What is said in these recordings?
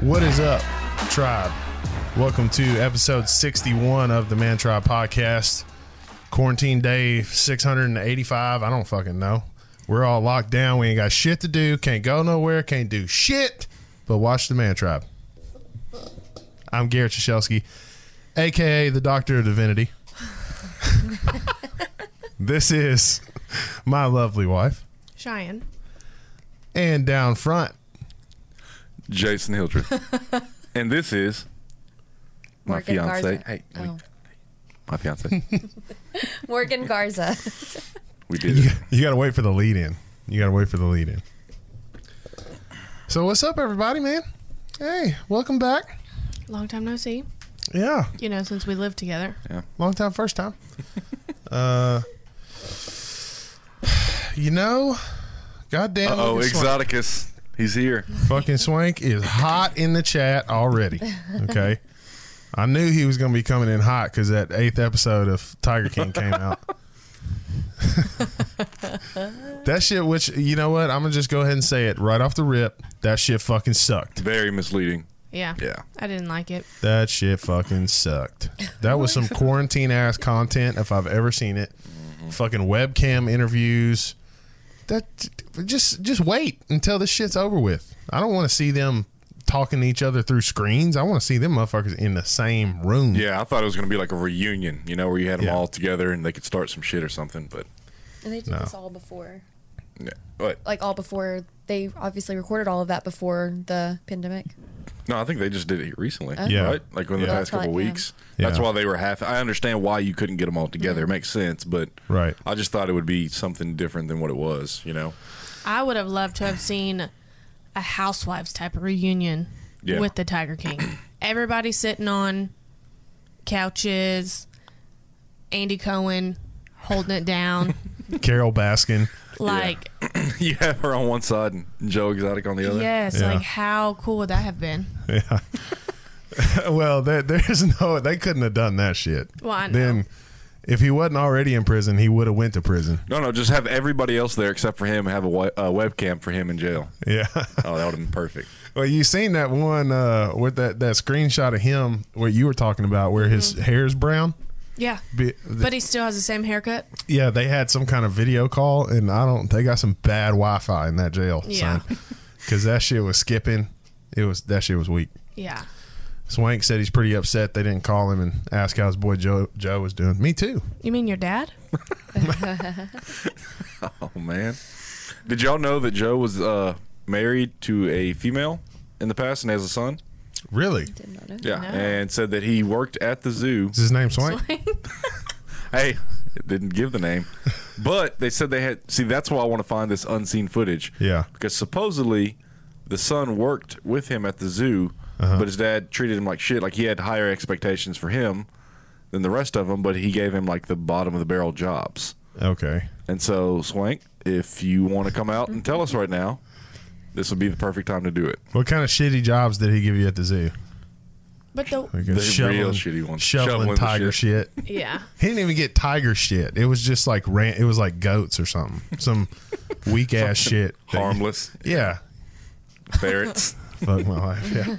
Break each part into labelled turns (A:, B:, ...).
A: What is up, tribe? Welcome to episode 61 of the Man Tribe podcast. Quarantine day 685. I don't fucking know. We're all locked down. We ain't got shit to do. Can't go nowhere. Can't do shit. But watch the Man Tribe. I'm Garrett Shashelsky, aka the Doctor of Divinity. this is my lovely wife.
B: Cheyenne.
A: And down front,
C: Jason Hildreth. and this is my
B: Morgan
C: fiance.
B: Garza.
C: Hey, we-
B: Oh.
C: my fiance.
B: Morgan Garza.
C: We did
A: you,
C: it.
A: you gotta wait for the lead in. You gotta wait for the lead in. So what's up, everybody, man? Hey, welcome back.
B: Long time no see.
A: Yeah,
B: You know, since we lived together.
A: long time, first time. uh, you know, goddamn,
C: Oh,
A: Lucas Swank-
C: Exoticus. He's here.
A: fucking Swank is hot in the chat already. Okay, I knew he was gonna be coming in hot because that eighth episode of Tiger King came out. that shit, which you know what, I'm gonna just go ahead and say it right off the rip. That shit fucking sucked.
C: Very misleading.
B: Yeah.
C: Yeah.
B: I didn't like it.
A: That shit fucking sucked. That was some quarantine ass content if I've ever seen it. Fucking webcam interviews. That just just wait until this shit's over with. I don't want to see them talking to each other through screens. I want to see them motherfuckers in the same room.
C: Yeah, I thought it was going to be like a reunion, you know, where you had them
A: Yeah.
C: all together and they could start some shit or something. But
D: And they did
A: No.
D: this all before,
C: yeah. But
D: like all before. They obviously recorded all of that before the pandemic.
C: no, I think they just did it recently.
A: Yeah.
C: Right? Like in the
A: Yeah.
C: past couple
D: That's right,
C: weeks.
A: yeah.
C: That's
A: Yeah.
C: why they were half. I understand why you couldn't get them all together. It makes sense. But
A: Right.
C: I just thought it would be something different than what it was, you know?
B: I would have loved to have seen a housewives type of reunion
C: Yeah.
B: with the Tiger King. Everybody sitting on couches, Andy Cohen holding it down.
A: Carol Baskin.
B: like
C: you have her on one side and Joe Exotic on the other.
B: yes,
A: Yeah.
B: like how cool would that have been?
A: Yeah. well, there, there's no they couldn't have done that shit.
B: Well, I know.
A: Then if he wasn't already in prison, he would have went to prison.
C: No, no, just have everybody else there except for him. and Have a we- uh, webcam for him in jail.
A: Yeah.
C: Oh, that would have been perfect.
A: Well, you seen that one uh, with that, that screenshot of him what you were talking about, where his hair is brown.
B: Yeah.
A: Be-
B: Mm-hmm. But he still has the same haircut.
A: yeah, they had some kind of video call, and I don't. They got some bad Wi-Fi in that jail.
B: Yeah.
A: because that shit was skipping. It was that shit was weak.
B: Yeah.
A: Swank said he's pretty upset they didn't call him and ask how his boy Joe Joe was doing. Me too.
B: You mean your dad?
C: Oh man, did y'all know that Joe was uh, married to a female in the past and has a son?
A: Really?
D: Did not know.
C: Yeah,
B: No.
C: and said that he worked at the zoo.
A: Is his name Swank?
C: Hey, it didn't give the name, but they said they had. See, that's why I want to find this unseen footage.
A: Yeah.
C: because supposedly the son worked with him at the zoo,
A: Uh-huh.
C: but his dad treated him like shit. Like he had higher expectations for him than the rest of them, but he gave him like the bottom of the barrel jobs.
A: Okay.
C: And so, Swank, if you want to come out and tell us right now, this would be the perfect time to do it.
A: What kind of shitty jobs did he give you at the zoo?
B: But the
A: Like a
C: The real shitty ones.
A: shoveling,
C: Shoveling the
A: tiger shit.
B: yeah.
A: He didn't even get tiger shit. It was just like ran. It was like goats or something. Some weak ass shit. that-
C: Harmless
A: Yeah.
C: ferrets.
A: Fuck my life. Yeah.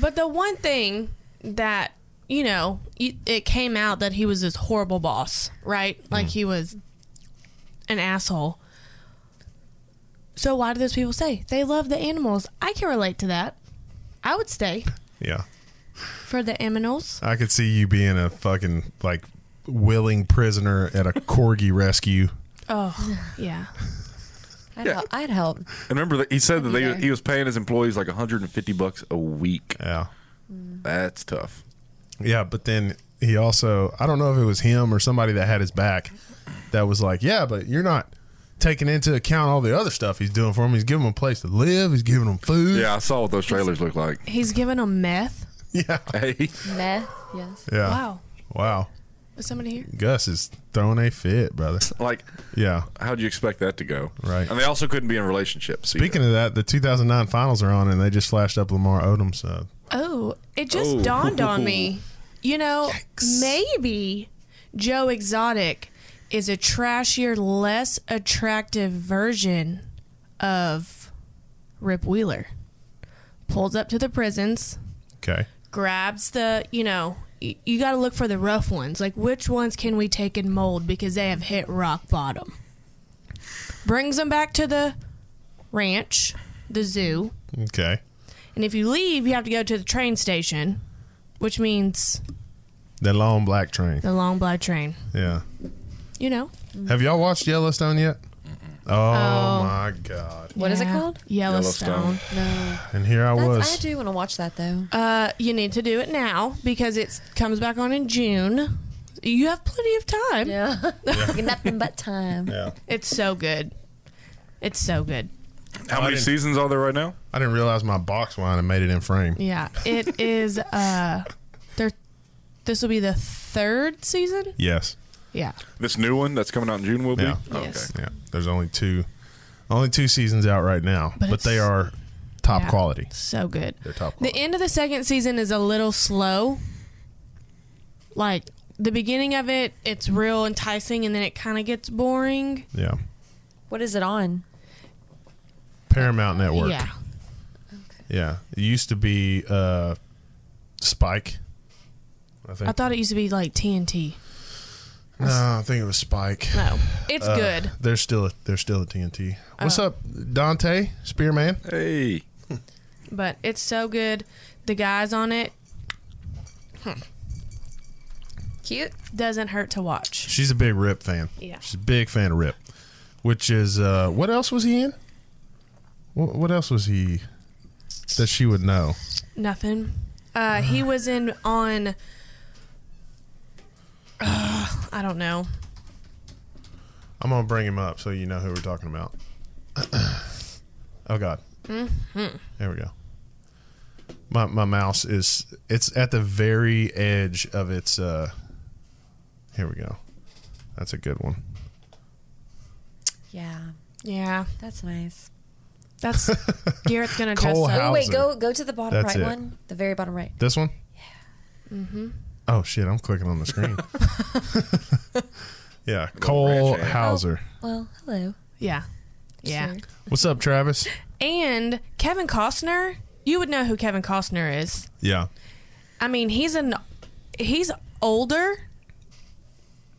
B: But the one thing that you know, it it came out that he was this horrible boss, right? Like he was an asshole. So why do those people stay? They love the animals. I can relate to that. I would stay
A: Yeah.
B: for the animals.
A: I could see you being a fucking like willing prisoner at a corgi rescue.
B: Oh, yeah.
D: I'd,
C: Yeah.
D: Help. I'd help.
C: And remember that he said that
D: Yeah.
C: they, he was paying his employees like 150 bucks a week.
A: Yeah.
C: That's tough.
A: Yeah. But then he also, I don't know if it was him or somebody that had his back that was like, yeah, but you're not taking into account all the other stuff he's doing for him. He's giving them a place to live. He's giving them food.
C: Yeah, I saw what those trailers look like.
B: He's giving them meth.
A: Yeah.
C: Hey,
D: Meth. Yes.
A: Yeah.
B: Wow.
A: Wow.
B: Is somebody here?
A: Gus is throwing a fit, brother.
C: like,
A: Yeah.
C: how'd you expect that to go?
A: Right.
C: And they also couldn't be in relationships.
A: Speaking of that, the 2009 finals are on, and they just flashed up Lamar Odom. So
B: Oh, it just
C: Oh.
B: dawned on me. You know, maybe Joe Exotic is a trashier, less attractive version of Rip Wheeler. pulls up to the prisons,
A: Okay.
B: grabs the, you know, y- you got to look for the rough ones. Like, which ones can we take and mold because they have hit rock bottom? Brings them back to the ranch, the zoo.
A: Okay.
B: And if you leave, you have to go to the train station, which means
A: The long black train.
B: the long blood train.
A: Yeah.
B: You know?
A: Have y'all watched Yellowstone yet? Oh,
B: Um,
A: my god!
D: What is it called?
B: Yellowstone.
C: Yellowstone.
D: No.
A: And here I
D: That's, I
A: was.
D: do want to watch that though.
B: Uh, you need to do it now because it comes back on in June. You have plenty of time.
D: Yeah. Nothing but time.
A: Yeah.
B: It's so good. It's so good.
C: How many
A: didn't-
C: seasons are there right now?
A: I didn't realize my box wine had made it in frame.
B: Yeah, it is. Uh, there. This will be the third season.
A: Yes.
B: Yeah.
C: This new one that's coming out in June will be.
A: Yeah.
C: Oh,
B: Yes.
A: Yeah. There's only two, only two seasons out right now, but,
B: But
A: they
B: it's-
A: are top
B: Yeah.
A: quality.
B: So good.
A: They're top
B: The
A: quality.
B: end of the second season is a little slow. Like the beginning of it, it's real enticing, and then it kind of gets boring.
A: yeah.
D: What is it on?
A: Paramount Network.
B: Yeah.
A: Yeah. It used to be uh, Spike. I think.
B: I thought it used to be like TNT.
A: no, Uh, I think it was Spike.
B: No, it's
A: Uh.
B: good. Oh.
A: There's still a, there's still a TNT. What's up, Dante Spearman?
C: Hey.
B: but it's so good. The guys on it
D: Cute.
B: doesn't hurt to watch.
A: She's a big Rip fan.
B: Yeah.
A: She's a big fan of Rip, which is uh, what else was he in? What, what else was he that she would know?
B: Nothing. Uh, he was in on. Ugh, I don't know.
A: I'm gonna bring him up so you know who we're talking about. oh God.
B: Mm-hmm.
A: There we go. My my mouse is it's at the very edge of its. Uh, here we go. That's a good one.
D: Yeah.
B: Yeah,
D: That's nice.
B: that's Garrett's gonna dress
A: Cole
B: up.
A: Howe-
D: Oh wait,
A: Wowzer.
D: go go to the bottom
A: That's
D: right
A: it.
D: one. The very bottom right.
A: This one? Yeah. Mm-hmm. Oh shit! I'm clicking on the screen. yeah, Cole
C: ranch hand.
A: Hauser.
D: Well, hello.
B: Yeah, yeah.
D: Sure.
A: What's up, Travis?
B: And Kevin Costner. You would know who Kevin Costner is.
A: Yeah,
B: I mean, he's an he's older,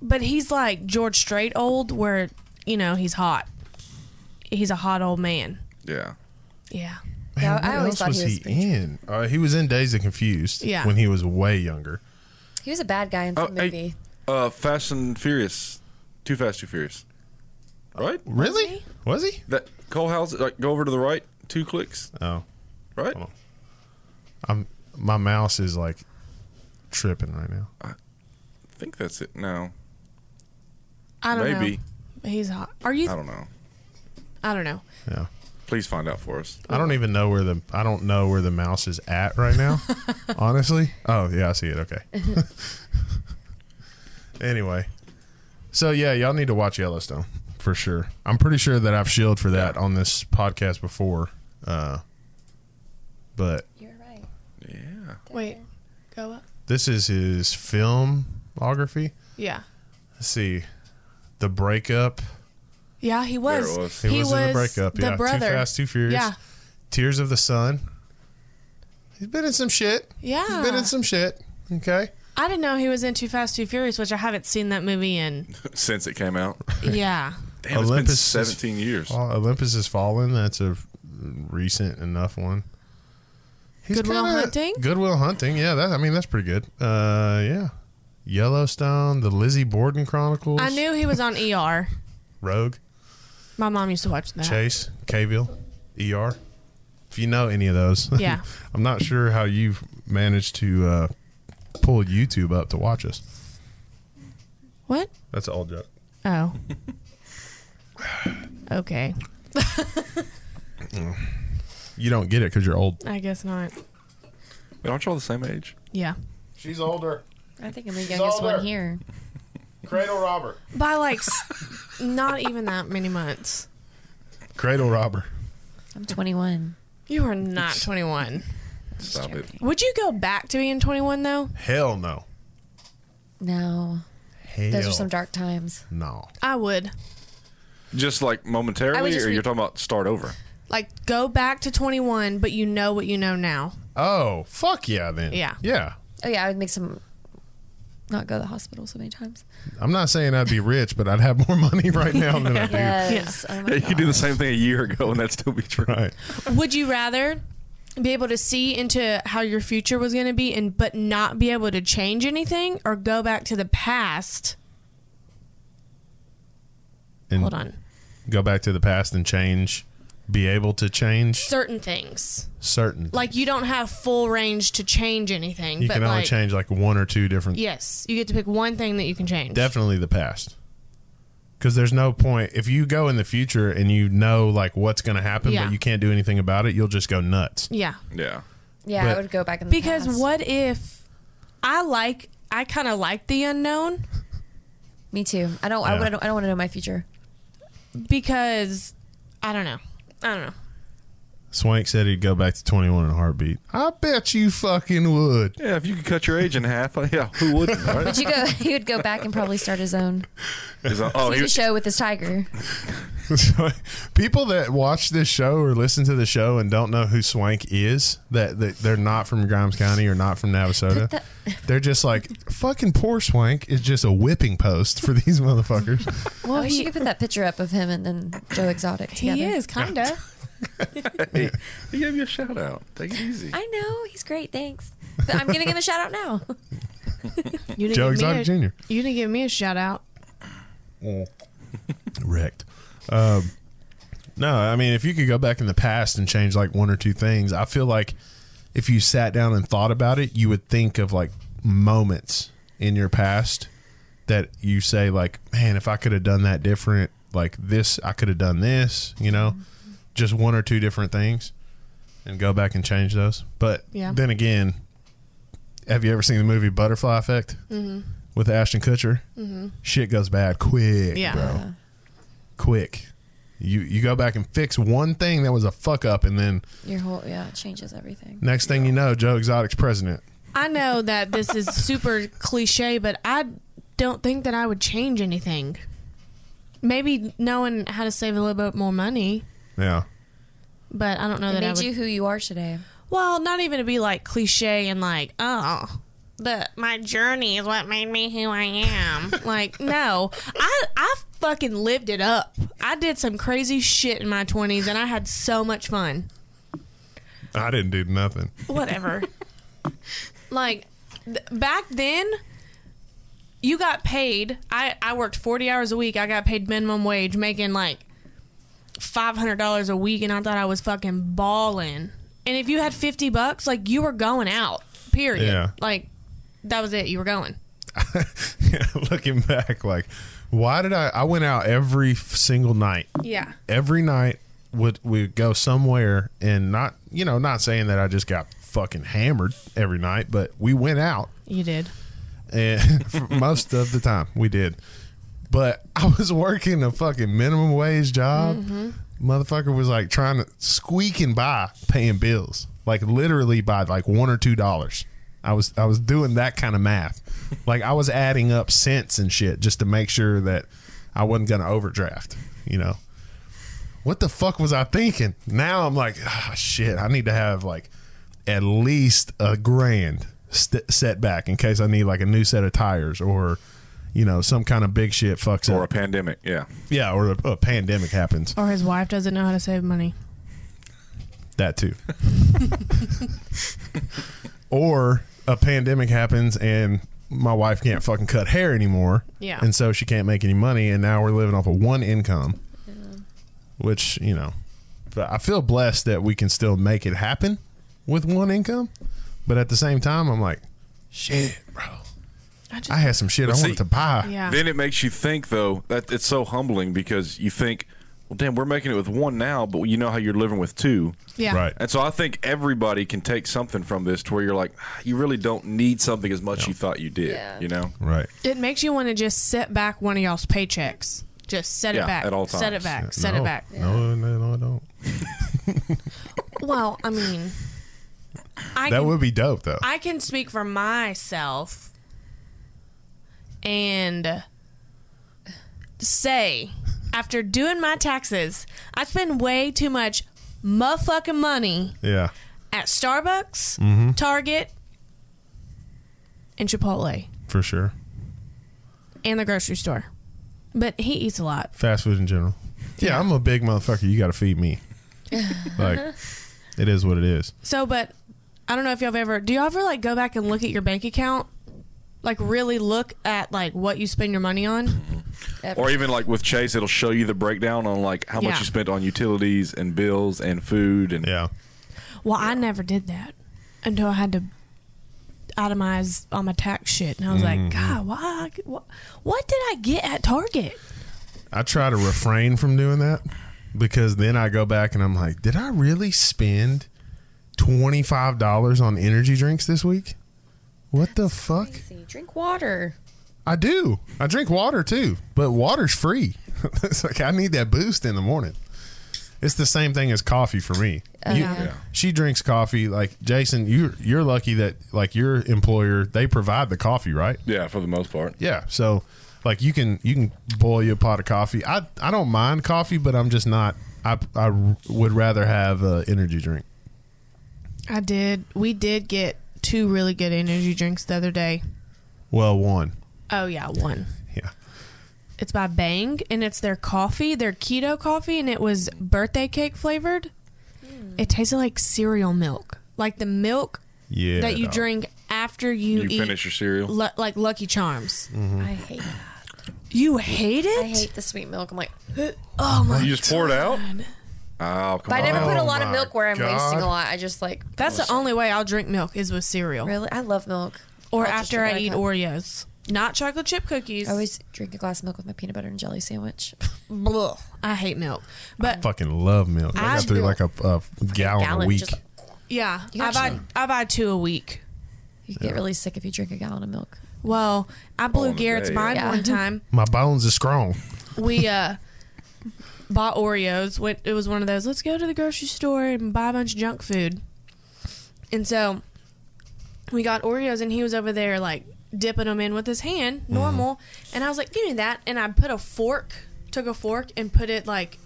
B: but he's like George Strait old, where you know he's hot. He's a hot old man.
C: Yeah.
B: Yeah.
D: Yeah,
A: what
D: I always
A: else
D: thought
A: was
D: he was
A: he,
D: pretty
A: in? Uh, he was in Days of Confused.
B: Yeah.
A: when he was way younger.
D: He was a bad guy in some
C: Oh, hey.
D: movie.
C: Uh, Fast and Furious. Too Fast, Too Furious. Right?
A: Really? Was he?
C: That Cole House, like, go over to the right, two clicks,
A: Oh,
C: right?
A: Hold I'm. My mouse is like tripping right now.
C: I think that's it. No.
B: I don't know.
C: Maybe.
B: He's hot. Are you?
C: I don't know.
B: I don't know.
A: Yeah.
C: Please find out for us.
A: I don't even know where the I don't know where the mouse is at right now. honestly. Oh yeah, I see it. Okay. anyway, so yeah, y'all need to watch Yellowstone for sure. I'm pretty sure that I've shielded for that on this podcast before, uh, but
D: You're right.
C: Yeah.
B: Wait, go up.
A: this is his filmography.
B: Yeah.
A: Let's see, the breakup.
B: Yeah, he was.
C: There it was.
A: He, was, in the breakup. yeah, too fast, too furious.
B: Yeah.
A: Tears of the Sun. He's been in some shit.
B: Yeah.
A: He's been in some shit. Okay.
B: I didn't know he was in Too Fast, Too Furious, which I haven't seen that movie in.
C: Since it came out.
B: yeah.
C: Damn,
A: Olympus
C: it's been
A: is-
C: 17 years.
A: Well, Olympus has fallen. That's a recent enough one. He's
B: Goodwill
A: kinda-
B: Hunting?
A: Goodwill Hunting. Yeah, that I mean that's pretty good. Uh, yeah. Yellowstone, The Lizzie Borden Chronicles,
B: I knew he was on ER.
A: Rogue,
B: My mom used to watch that.
A: Chase, Kville, ER. If you know any of those,
B: Yeah.
A: I'm not sure how you've managed to uh, pull YouTube up to watch us.
B: What?
A: That's an old joke.
B: Oh. okay.
A: You don't get it because you're old.
B: I guess not.
C: Wait, aren't y'all the same age?
B: Yeah.
A: She's older.
D: I think I'm the youngest
A: older.
D: one here.
A: Cradle robber.
B: By like s- not even that many months.
A: Cradle robber.
D: I'm 21.
B: You are not 21.
C: Stop it.
B: Would you go back to being 21 though?
A: Hell no.
D: No,
A: Hell
D: those are some dark times.
A: no.
B: I would.
C: Just like momentarily,
D: I was just
C: or
D: re-
C: you're talking about start over?
B: Like go back to 21, but you know what you know now.
A: Oh, fuck yeah, then.
B: Yeah.
A: Yeah.
D: Oh yeah, I would make some. Not go to the hospital so many times.
A: I'm not saying I'd be rich, but I'd have more money right now than I do.
D: Yes. Oh my
C: Yeah, you
D: God.
C: could do the same thing a year ago, and that'd still be true.
A: Right.
B: Would you rather be able to see into how your future was going to be and but not be able to change anything or go back to the past?
A: And
B: Hold on.
A: Go back to the past and change. Be able to change
B: Certain things.
A: certain.
B: Like you don't have full range to change anything,
A: you
B: but
A: can only
B: like
A: change like one or two different.
B: yes, you get to pick one thing that you can change.
A: Definitely the past. Because there's no point if you go in the future and you know like what's going to happen,
B: Yeah.
A: but you can't do anything about it. You'll just go nuts.
B: yeah.
C: Yeah.
D: Yeah,
A: But-
D: I would go back in the
B: Because
D: past.
B: what if I like I kind of like the unknown
D: Me too. I don't.
A: Yeah.
D: I, would, I don't. I don't want to know my future.
B: because I don't know. I don't know.
A: Swank said he'd go back to 21 in a heartbeat. I bet you fucking would.
C: Yeah, if you could cut your age in half, yeah, who wouldn't? Right?
D: Would you go? he would go back and probably start his own
C: 'Cause, uh, oh,
D: TV
C: he,
D: show with his tiger.
A: So, people that watch this show or listen to the show and don't know who Swank is, that, that they're not from Grimes County or not from Navasota, they're just like, fucking poor Swank is just a whipping post for these motherfuckers.
D: Well, you
B: he-
D: should put that picture up of him and then Joe Exotic
B: He
D: together.
B: is kind of.
C: hey, he gave you a shout out. Take it easy.
D: I know he's great. Thanks. But I'm giving him a shout out now.
B: You didn't
A: Joe
B: give me
A: Exotic
B: a-
A: Jr.
B: You didn't give me a shout out.
A: Wrecked. Um, no, I mean, if you could go back in the past and change like one or two things, I feel like if you sat down and thought about it, you would think of like moments in your past that you say, like, man, if I could have done that different, like this, I could have done this, you know, just one or two different things and go back and change those. But
B: Yeah.
A: then again, have you ever seen the movie Butterfly Effect with Ashton Kutcher? Shit goes bad quick,
B: Yeah.
A: bro quick. You you go back and fix one thing that was a fuck up, and then
D: Your whole yeah it changes everything.
A: next thing you know, Joe Exotic's president.
B: I know that this is super cliche, but I don't think that I would change anything. Maybe knowing how to save a little bit more money,
A: Yeah,
B: but I don't know
D: It
B: that I
D: made
B: would.
D: you who you are today.
B: well, not even to be like cliche and like, oh, the my journey is what made me who I am. like, no, I I fucking lived it up. I did some crazy shit in my twenties, and I had so much fun.
A: I didn't do nothing.
B: whatever. like th- back then, you got paid. I I worked forty hours a week. I got paid minimum wage, making like five hundred dollars a week, and I thought I was fucking balling. And if you had fifty bucks, like you were going out. Period.
A: Yeah.
B: Like that was it. You were going.
A: Looking back, like, why did I? I went out every f- single night.
B: Yeah.
A: Every night would we go somewhere and not you know not saying that I just got fucking hammered every night, but we went out
B: You did.
A: and for most of the time we did. But I was working a fucking minimum wage job. Motherfucker was like trying to squeaking by paying bills, like literally by like one or two dollars. I was I was doing that kind of math, like I was adding up cents and shit just to make sure that I wasn't gonna overdraft. You know, what the fuck was I thinking? Now I'm like, ah, shit, I need to have like at least a grand st- set back in case I need like a new set of tires or, you know, some kind of big shit fucks
C: Or a
A: up.
C: pandemic. Yeah.
A: yeah, or a, a pandemic happens.
B: Or his wife doesn't know how to save money.
A: That too. or a pandemic happens and my wife can't fucking cut hair anymore.
B: Yeah.
A: And so she can't make any money. And now we're living off of one income, which, you know, but I feel blessed that we can still make it happen with one income. But at the same time, I'm like, shit, bro.
B: I just-
A: I had some shit I
C: see-
A: wanted to buy.
B: Yeah.
C: Then it makes you think, though, that it's so humbling because you think, well, damn, we're making it with one now, but you know how you're living with two.
B: Yeah.
A: Right.
C: And so I think everybody can take something from this to where you're like, "Ah, you really don't need something as much you thought you did.
D: Yeah.
C: You know?
A: Right.
B: It makes you want to just set back one of y'all's paychecks. Just set
C: Yeah,
B: it back.
C: at all
B: Set
C: times.
B: it back. Set it
A: No.
B: back.
A: No, no, no, I don't.
B: Well, I mean, I
A: That
B: can,
A: would be dope, though.
B: I can speak for myself and say after doing my taxes, I spend way too much motherfucking money
A: Yeah.
B: at Starbucks, Target, and Chipotle
A: For sure.
B: and the grocery store. But he eats a lot.
A: Fast food in general. Yeah, I'm a big motherfucker. You got to feed me. like, it is what it is.
B: So, but I don't know if y'all have ever. Do y'all ever like go back and look at your bank account? Like really look at like what you spend your money on?
C: Or even like with Chase, it'll show you the breakdown on like how
B: Yeah.
C: much you spent on utilities and bills and food and
A: Yeah.
B: Well, I never did that until I had to itemize all my tax shit, and I was
A: Mm-hmm.
B: like, God, why? What, what did I get at Target?
A: I try to refrain from doing that because then I go back and I'm like, did I really spend $25 on energy drinks this week? What the fuck?
D: Crazy. Drink water.
A: I do. I drink water too, but water's free. it's like I need that boost in the morning. It's the same thing as coffee for me. You-
C: Yeah.
A: She drinks coffee. Like Jason, you you're lucky that like your employer they provide the coffee, right?
C: yeah, for the most part.
A: Yeah. So like you can you can boil your pot of coffee. I I don't mind coffee, but I'm just not. I I would rather have an energy drink.
B: I did. We did get two really good energy drinks the other day.
A: Well, one.
B: Oh yeah, one.
A: Yeah.
B: It's by Bang, and it's their coffee, their keto coffee, and it was birthday cake flavored.
A: Hmm.
B: It tasted like cereal milk, like the milk
A: Yeah.
B: that you
A: dog.
B: drink after you,
C: You
B: eat,
C: finish your cereal.
B: lu- like Lucky Charms.
A: Mm.
D: I hate.
B: You hate it?
D: I hate the sweet milk. I'm like,
B: oh my!
C: You just pour it out. Oh, come
D: but I never
A: Oh
D: put a lot
A: my
D: of milk where I'm wasting
A: God.
D: a lot. I just like.
B: That's the
D: bullshit.
B: only way I'll drink milk is with cereal,
D: Really, I love milk.
B: or
D: I'll just
B: after
D: drink
B: I
D: it
B: eat
D: like that.
B: Oreos, not chocolate chip cookies.
D: I always drink a glass of milk with my peanut butter and jelly sandwich.
B: Blech. I hate milk, but
A: Fucking love milk. I,
B: I
A: got through
D: do.
A: like a, a gallon, a
D: Gallon,
A: week.
D: just-
B: yeah, I
D: gotcha.
B: buy I buy two a week.
D: you get really sick if you drink a gallon of milk.
B: Well, I blew
C: in a
B: Garrett's
C: day,
B: mind
D: yeah.
B: one time.
A: My bones are strong.
B: we uh bought Oreos. Went it was one of those. Let's go to the grocery store and buy a bunch of junk food. And so we got Oreos, and he was over there like dipping them in with his hand, normal. And I was like, "Give me that!" And I put a fork, took a fork, and put it like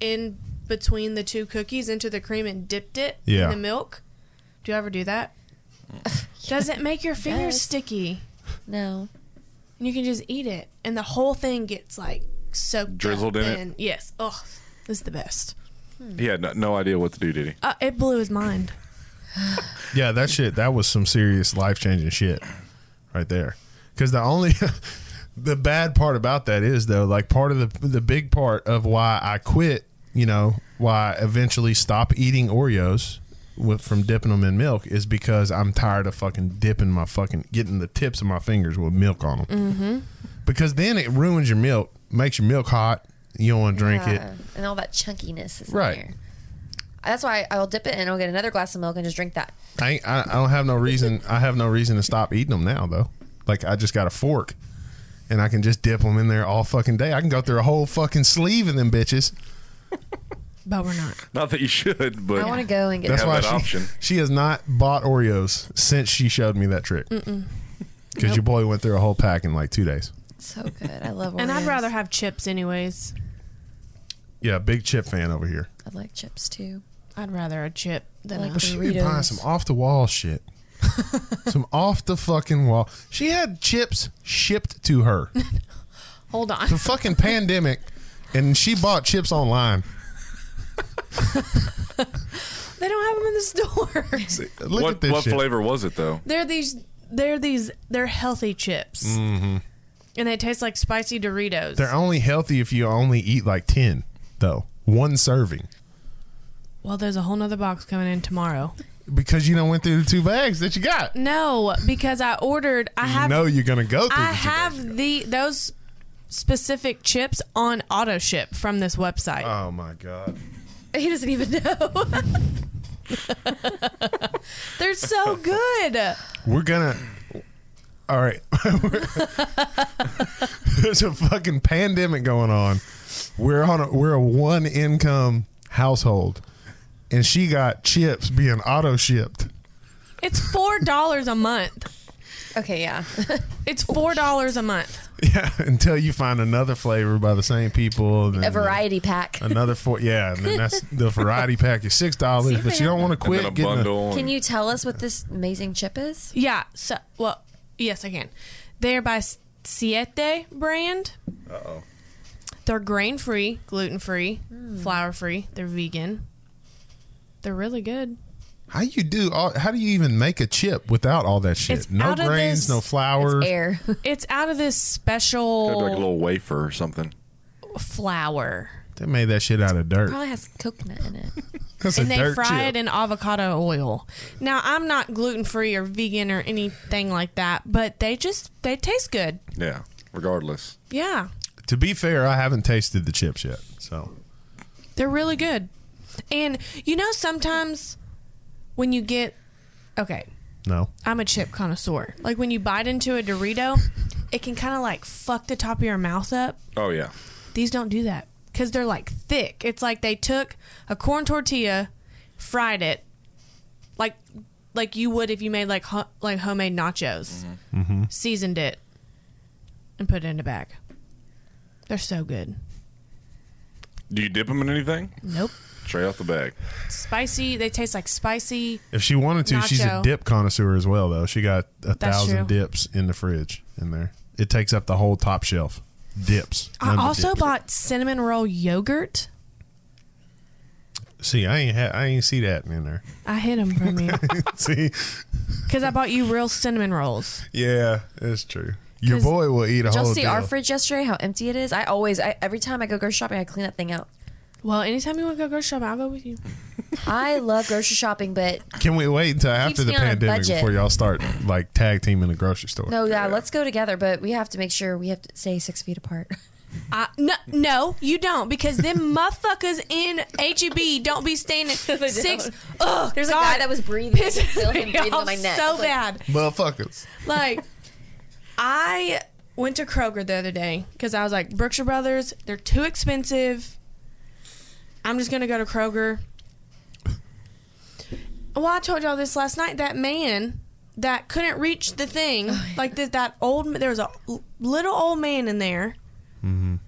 B: in between the two cookies into the cream and dipped it
A: Yeah.
B: in the milk. Do you ever do that? Does it make your fingers
D: Yes.
B: sticky?
D: No,
B: and you can just eat it, and the whole thing gets like soaked,
C: Drizzled
B: up
C: in it?
B: and- Yes. Oh, this is the best.
C: He had no, no idea what to do, did he?
B: Uh, it blew his mind.
A: Yeah, that shit. That was some serious life changing shit, right there. Because the only, the bad part about that is though, like part of the the big part of why I quit, you know, why I eventually stop eating Oreos with, from dipping them in milk is because I'm tired of fucking dipping my fucking getting the tips of my fingers with milk on them. Mm-hmm. Because then it ruins your milk, makes your milk hot. You don't want to drink it.
D: Uh, and all that chunkiness is
A: Right.
D: right. In there. That's why I will dip it and I'll get another glass of milk and just drink that.
A: I, ain't, I I don't have no reason. I have no reason to stop eating them now though. Like I just got a fork, and I can just dip them in there all fucking day. I can go through a whole fucking sleeve of them bitches.
B: But we're not.
C: Not that you should, but
D: I want to go and get.
A: That's
C: have
A: why
C: that
A: she,
C: option.
A: she has not bought Oreos since she showed me that trick. Because your boy went through a whole pack in like two days.
D: so good. I love.
B: And I'd
D: Oreos.
B: rather have chips anyways.
A: Yeah, big chip fan over here.
D: I like chips too.
B: I'd rather a chip than
D: Like
B: a.
A: But she be buying
D: Doritos.
A: some off the wall shit. some off the fucking wall. She had chips shipped to her.
B: Hold on.
A: the fucking pandemic, and she bought chips online.
B: They don't have them in the store.
A: Look
C: what
A: at this
C: what
A: shit.
C: flavor was it though?
B: they're these. They're these. They're healthy chips. Mm-hmm. And they taste like spicy Doritos.
A: They're only healthy if you only eat like ten, though. One serving.
B: well, there's a whole nother box coming in tomorrow.
A: Because you don't went through the two bags that you got.
B: No, because I ordered. I
A: You
B: have
A: know you're gonna go through
B: I
A: the two bags.
B: have the those specific chips on auto ship from this website.
A: Oh my god.
D: He doesn't even know.
B: They're so good.
A: We're gonna all right. There's a fucking pandemic going on. We're on a we're a one income household. And she got chips being auto shipped.
B: It's four dollars a month.
D: okay, yeah.
B: It's
D: Oh,
B: four dollars a month.
A: Yeah, until you find another flavor by the same people. and
D: A
A: then
D: variety pack.
A: Another four. Yeah, and then that's the variety pack is six dollars, but you don't want to
C: and
A: quit.
C: then a
A: getting
C: bundle.
D: Can
C: and-
D: you tell us what this amazing chip is?
B: Yeah. So, well, yes, I can. They're by S- Siete brand. Uh oh. They're grain free, gluten free,
D: Hmm.
B: flour free. They're vegan. They're really good.
A: How you do? All, how do you even make a chip without all that shit?
B: It's
A: no
B: out of
A: grains,
B: this-
A: no
B: it's
A: flour.
D: Air.
B: It's out of this
C: Gotta do, like a
B: special
C: little wafer or something.
B: flour.
A: They made that shit out of dirt.
D: Probably has coconut in it.
A: That's
B: and
A: a
B: they
A: dirt
B: fry it
A: chip.
B: in avocado oil. Now I'm not gluten free or vegan or anything like that, but they just they taste good.
C: Yeah. Regardless.
B: Yeah,
A: To be fair, I haven't tasted the chips yet, so
B: they're really good. And you know sometimes when you get okay,
A: no.
B: I'm a chip connoisseur. Like when you bite into a Dorito, it can kind of like fuck the top of your mouth up.
C: Oh yeah.
B: These don't do that because they're like thick. It's like they took a corn tortilla, fried it, like like you would if you made like ho- like homemade nachos, seasoned it, and put it in a bag. They're so good.
C: Do you dip them in anything?
B: Nope,
C: Straight out the bag.
B: spicy. They taste like spicy.
A: If she wanted to, she's a
B: Nacho.
A: dip connoisseur as well, though. She got a
B: That's
A: thousand
B: true.
A: dips in the fridge in there. It takes up the whole top shelf. Dips. None
B: I
A: but
B: also
A: dips.
B: bought cinnamon roll yogurt.
A: See, I ain't ha- I ain't see that in there.
B: I hid them from you
A: see,
B: because I bought you real cinnamon rolls.
A: yeah, it's true. Your
B: 'Cause
A: boy will eat a
D: Did y'all
A: whole
D: see
A: deal.
D: our fridge yesterday? How empty it is. I always, I, every time I go grocery shopping, I clean that thing out.
B: Well, anytime you want to go grocery shopping, I'll go with you.
D: I love grocery shopping, but
A: Can we wait until after
D: Keeps
A: the
D: me on a
A: pandemic
D: budget.
A: before y'all start like tag team in the grocery store?
D: no, yeah, let's go together. But we have to make sure we have to stay six feet apart.
B: I, no, no, you don't, because them motherfuckers in HEB don't be standing
D: don't.
B: six. Ugh,
D: There's
B: God,
D: a guy that was breathing. I could feel
B: pissing
D: him
B: me
D: breathing
B: off
D: on my neck. I
B: so
D: was like,
B: bad.
A: Motherfuckers.
B: Like, I went to Kroger the other day because I was like, Brookshire Brothers, they're too expensive. I'm just gonna go to Kroger. Well, I told y'all this last night. That man that couldn't reach the thing, like this, that old. There was a l- little old man in there, and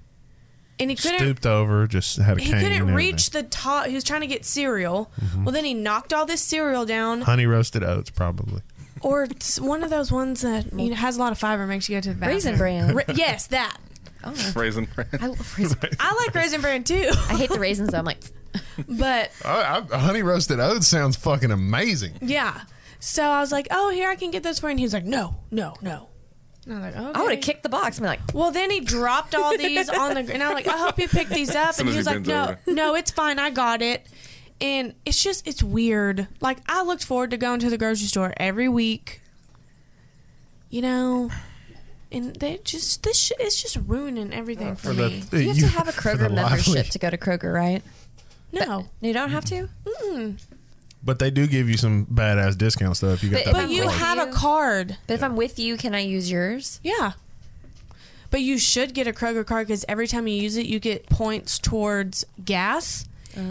B: he couldn't
A: Stooped over, just had a
B: he
A: cane.
B: couldn't
A: and
B: reach
A: everything.
B: the top. He was trying to get cereal. Well, then he knocked all this cereal down,
A: honey roasted oats, probably.
B: or it's one of those ones that you know, has a lot of fiber and makes you go to the bathroom.
D: Raisin Bran.
B: Ra- yes, that.
D: Oh,
C: Raisin.
D: I love raisin.
B: I like raisin bran too,
D: I hate the raisins. Though. I'm like,
B: but
A: I, I, honey roasted oats sounds fucking amazing.
B: yeah. So I was like, "Oh, here I can get those for you." And he was like, "No, no, no." And I was like, "Okay."
D: I would have kicked the box. I'm like,
B: Well, then he dropped all these on the, and I'm like, "I hope you picked these up."
C: soon
B: And he
C: as
B: was
C: he
B: like,
C: bends
B: "No,
C: over.
B: no, it's fine. I got it." And it's just, it's weird. Like I looked forward to going to the grocery store every week. You know. And they just this shit is just ruining everything Oh, for,
A: the-
B: me.
D: you have
A: you-
D: to have a
A: for the
D: Kroger membership
A: lively-
D: to go to Kroger, right?
B: no,
D: You don't have to.
A: But they do give you some badass discounts though if you got
D: But-
A: that.
B: but you
A: card.
D: with
B: have a
D: you-
B: card.
D: But if I'm with you, can I use yours?
B: Yeah. But you should get a Kroger card because every time you use it, you get points towards gas.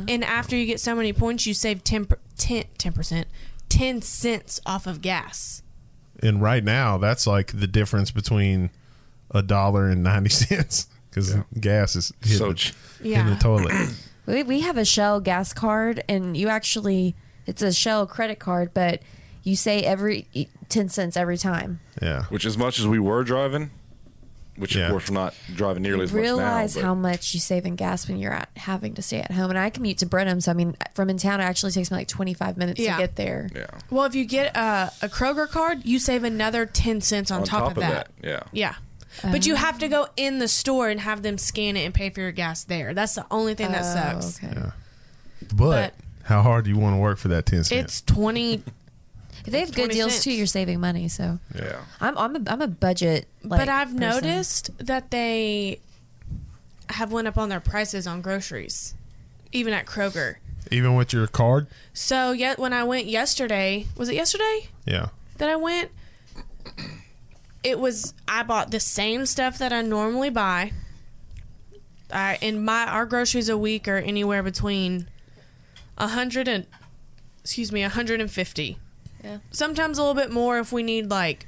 B: And after you get so many points, you save 10, per- 10, 10%, 10 cents off of gas.
A: and right now that's like the difference between a dollar and ninety cents because gas is hitting
C: So
A: the-
C: ch-
A: in the
B: Yeah.
A: toilet.
D: We, we have a Shell gas card, and you actually it's a Shell credit card, but you say every e, ten cents every time.
A: Yeah,
C: which as much as we were driving, which
A: Yeah.
C: of course we're not driving nearly as much now.
D: Realize
C: but-
D: how much you save in gas when you're at having to stay at home. And I commute to Brenham, so I mean, from in town, it actually takes me like 25 minutes
B: Yeah.
D: to get there.
C: Yeah.
B: Well, if you get a, a Kroger card, you save another 10 cents on,
C: On
B: top, of that.
C: Yeah.
B: Yeah. But you have to go in the store and have them scan it and pay for your gas there. That's the only thing that sucks.
D: okay.
A: but, how hard do you want to work for that ten cents?
B: It's 20.
D: If they have good
B: 20
D: deals
B: cents.
D: too, you're saving money. So
C: Yeah.
D: I'm I'm a, I'm a budget. Like,
B: but I've
D: person.
B: noticed that they have went up on their prices on groceries, even at Kroger.
A: Even with your card?
B: So yet when I went yesterday, was it yesterday
A: Yeah.
B: that I went? It was I bought the same stuff that I normally buy. I in my our groceries a week are anywhere between a hundred and excuse me, a hundred and fifty.
D: Yeah.
B: Sometimes a little bit more if we need like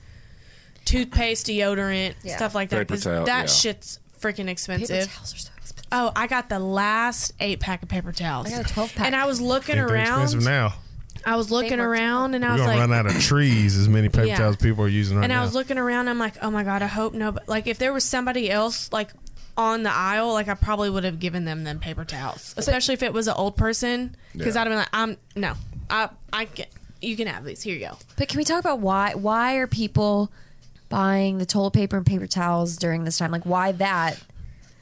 B: toothpaste, deodorant,
D: Yeah.
B: stuff like that.
C: Paper
B: 'cause
C: towel,
B: that
C: yeah.
B: shit's freaking
D: Paper
B: expensive.
D: towels are so expensive.
B: Oh, I got the last eight pack of paper towels.
D: I got a 12 pack.
B: And I was looking
A: Ain't they expensive
B: around.
A: now.
B: I was looking
D: worked
B: around, and I
A: We're
B: was
A: gonna
B: like,
A: run out of trees as many paper
B: Yeah.
A: towels people are using right
B: and
A: now.
B: I was looking around. I'm like, oh my god, I hope no. Like, if there was somebody else like on the aisle, like I probably would have given them them paper towels, especially if it was an old person, because
C: Yeah.
B: I'd have been like, I'm no, I I get you can have these. Here you go.
D: But can we talk about why? Why are people buying the toilet paper and paper towels during this time? Like, why that?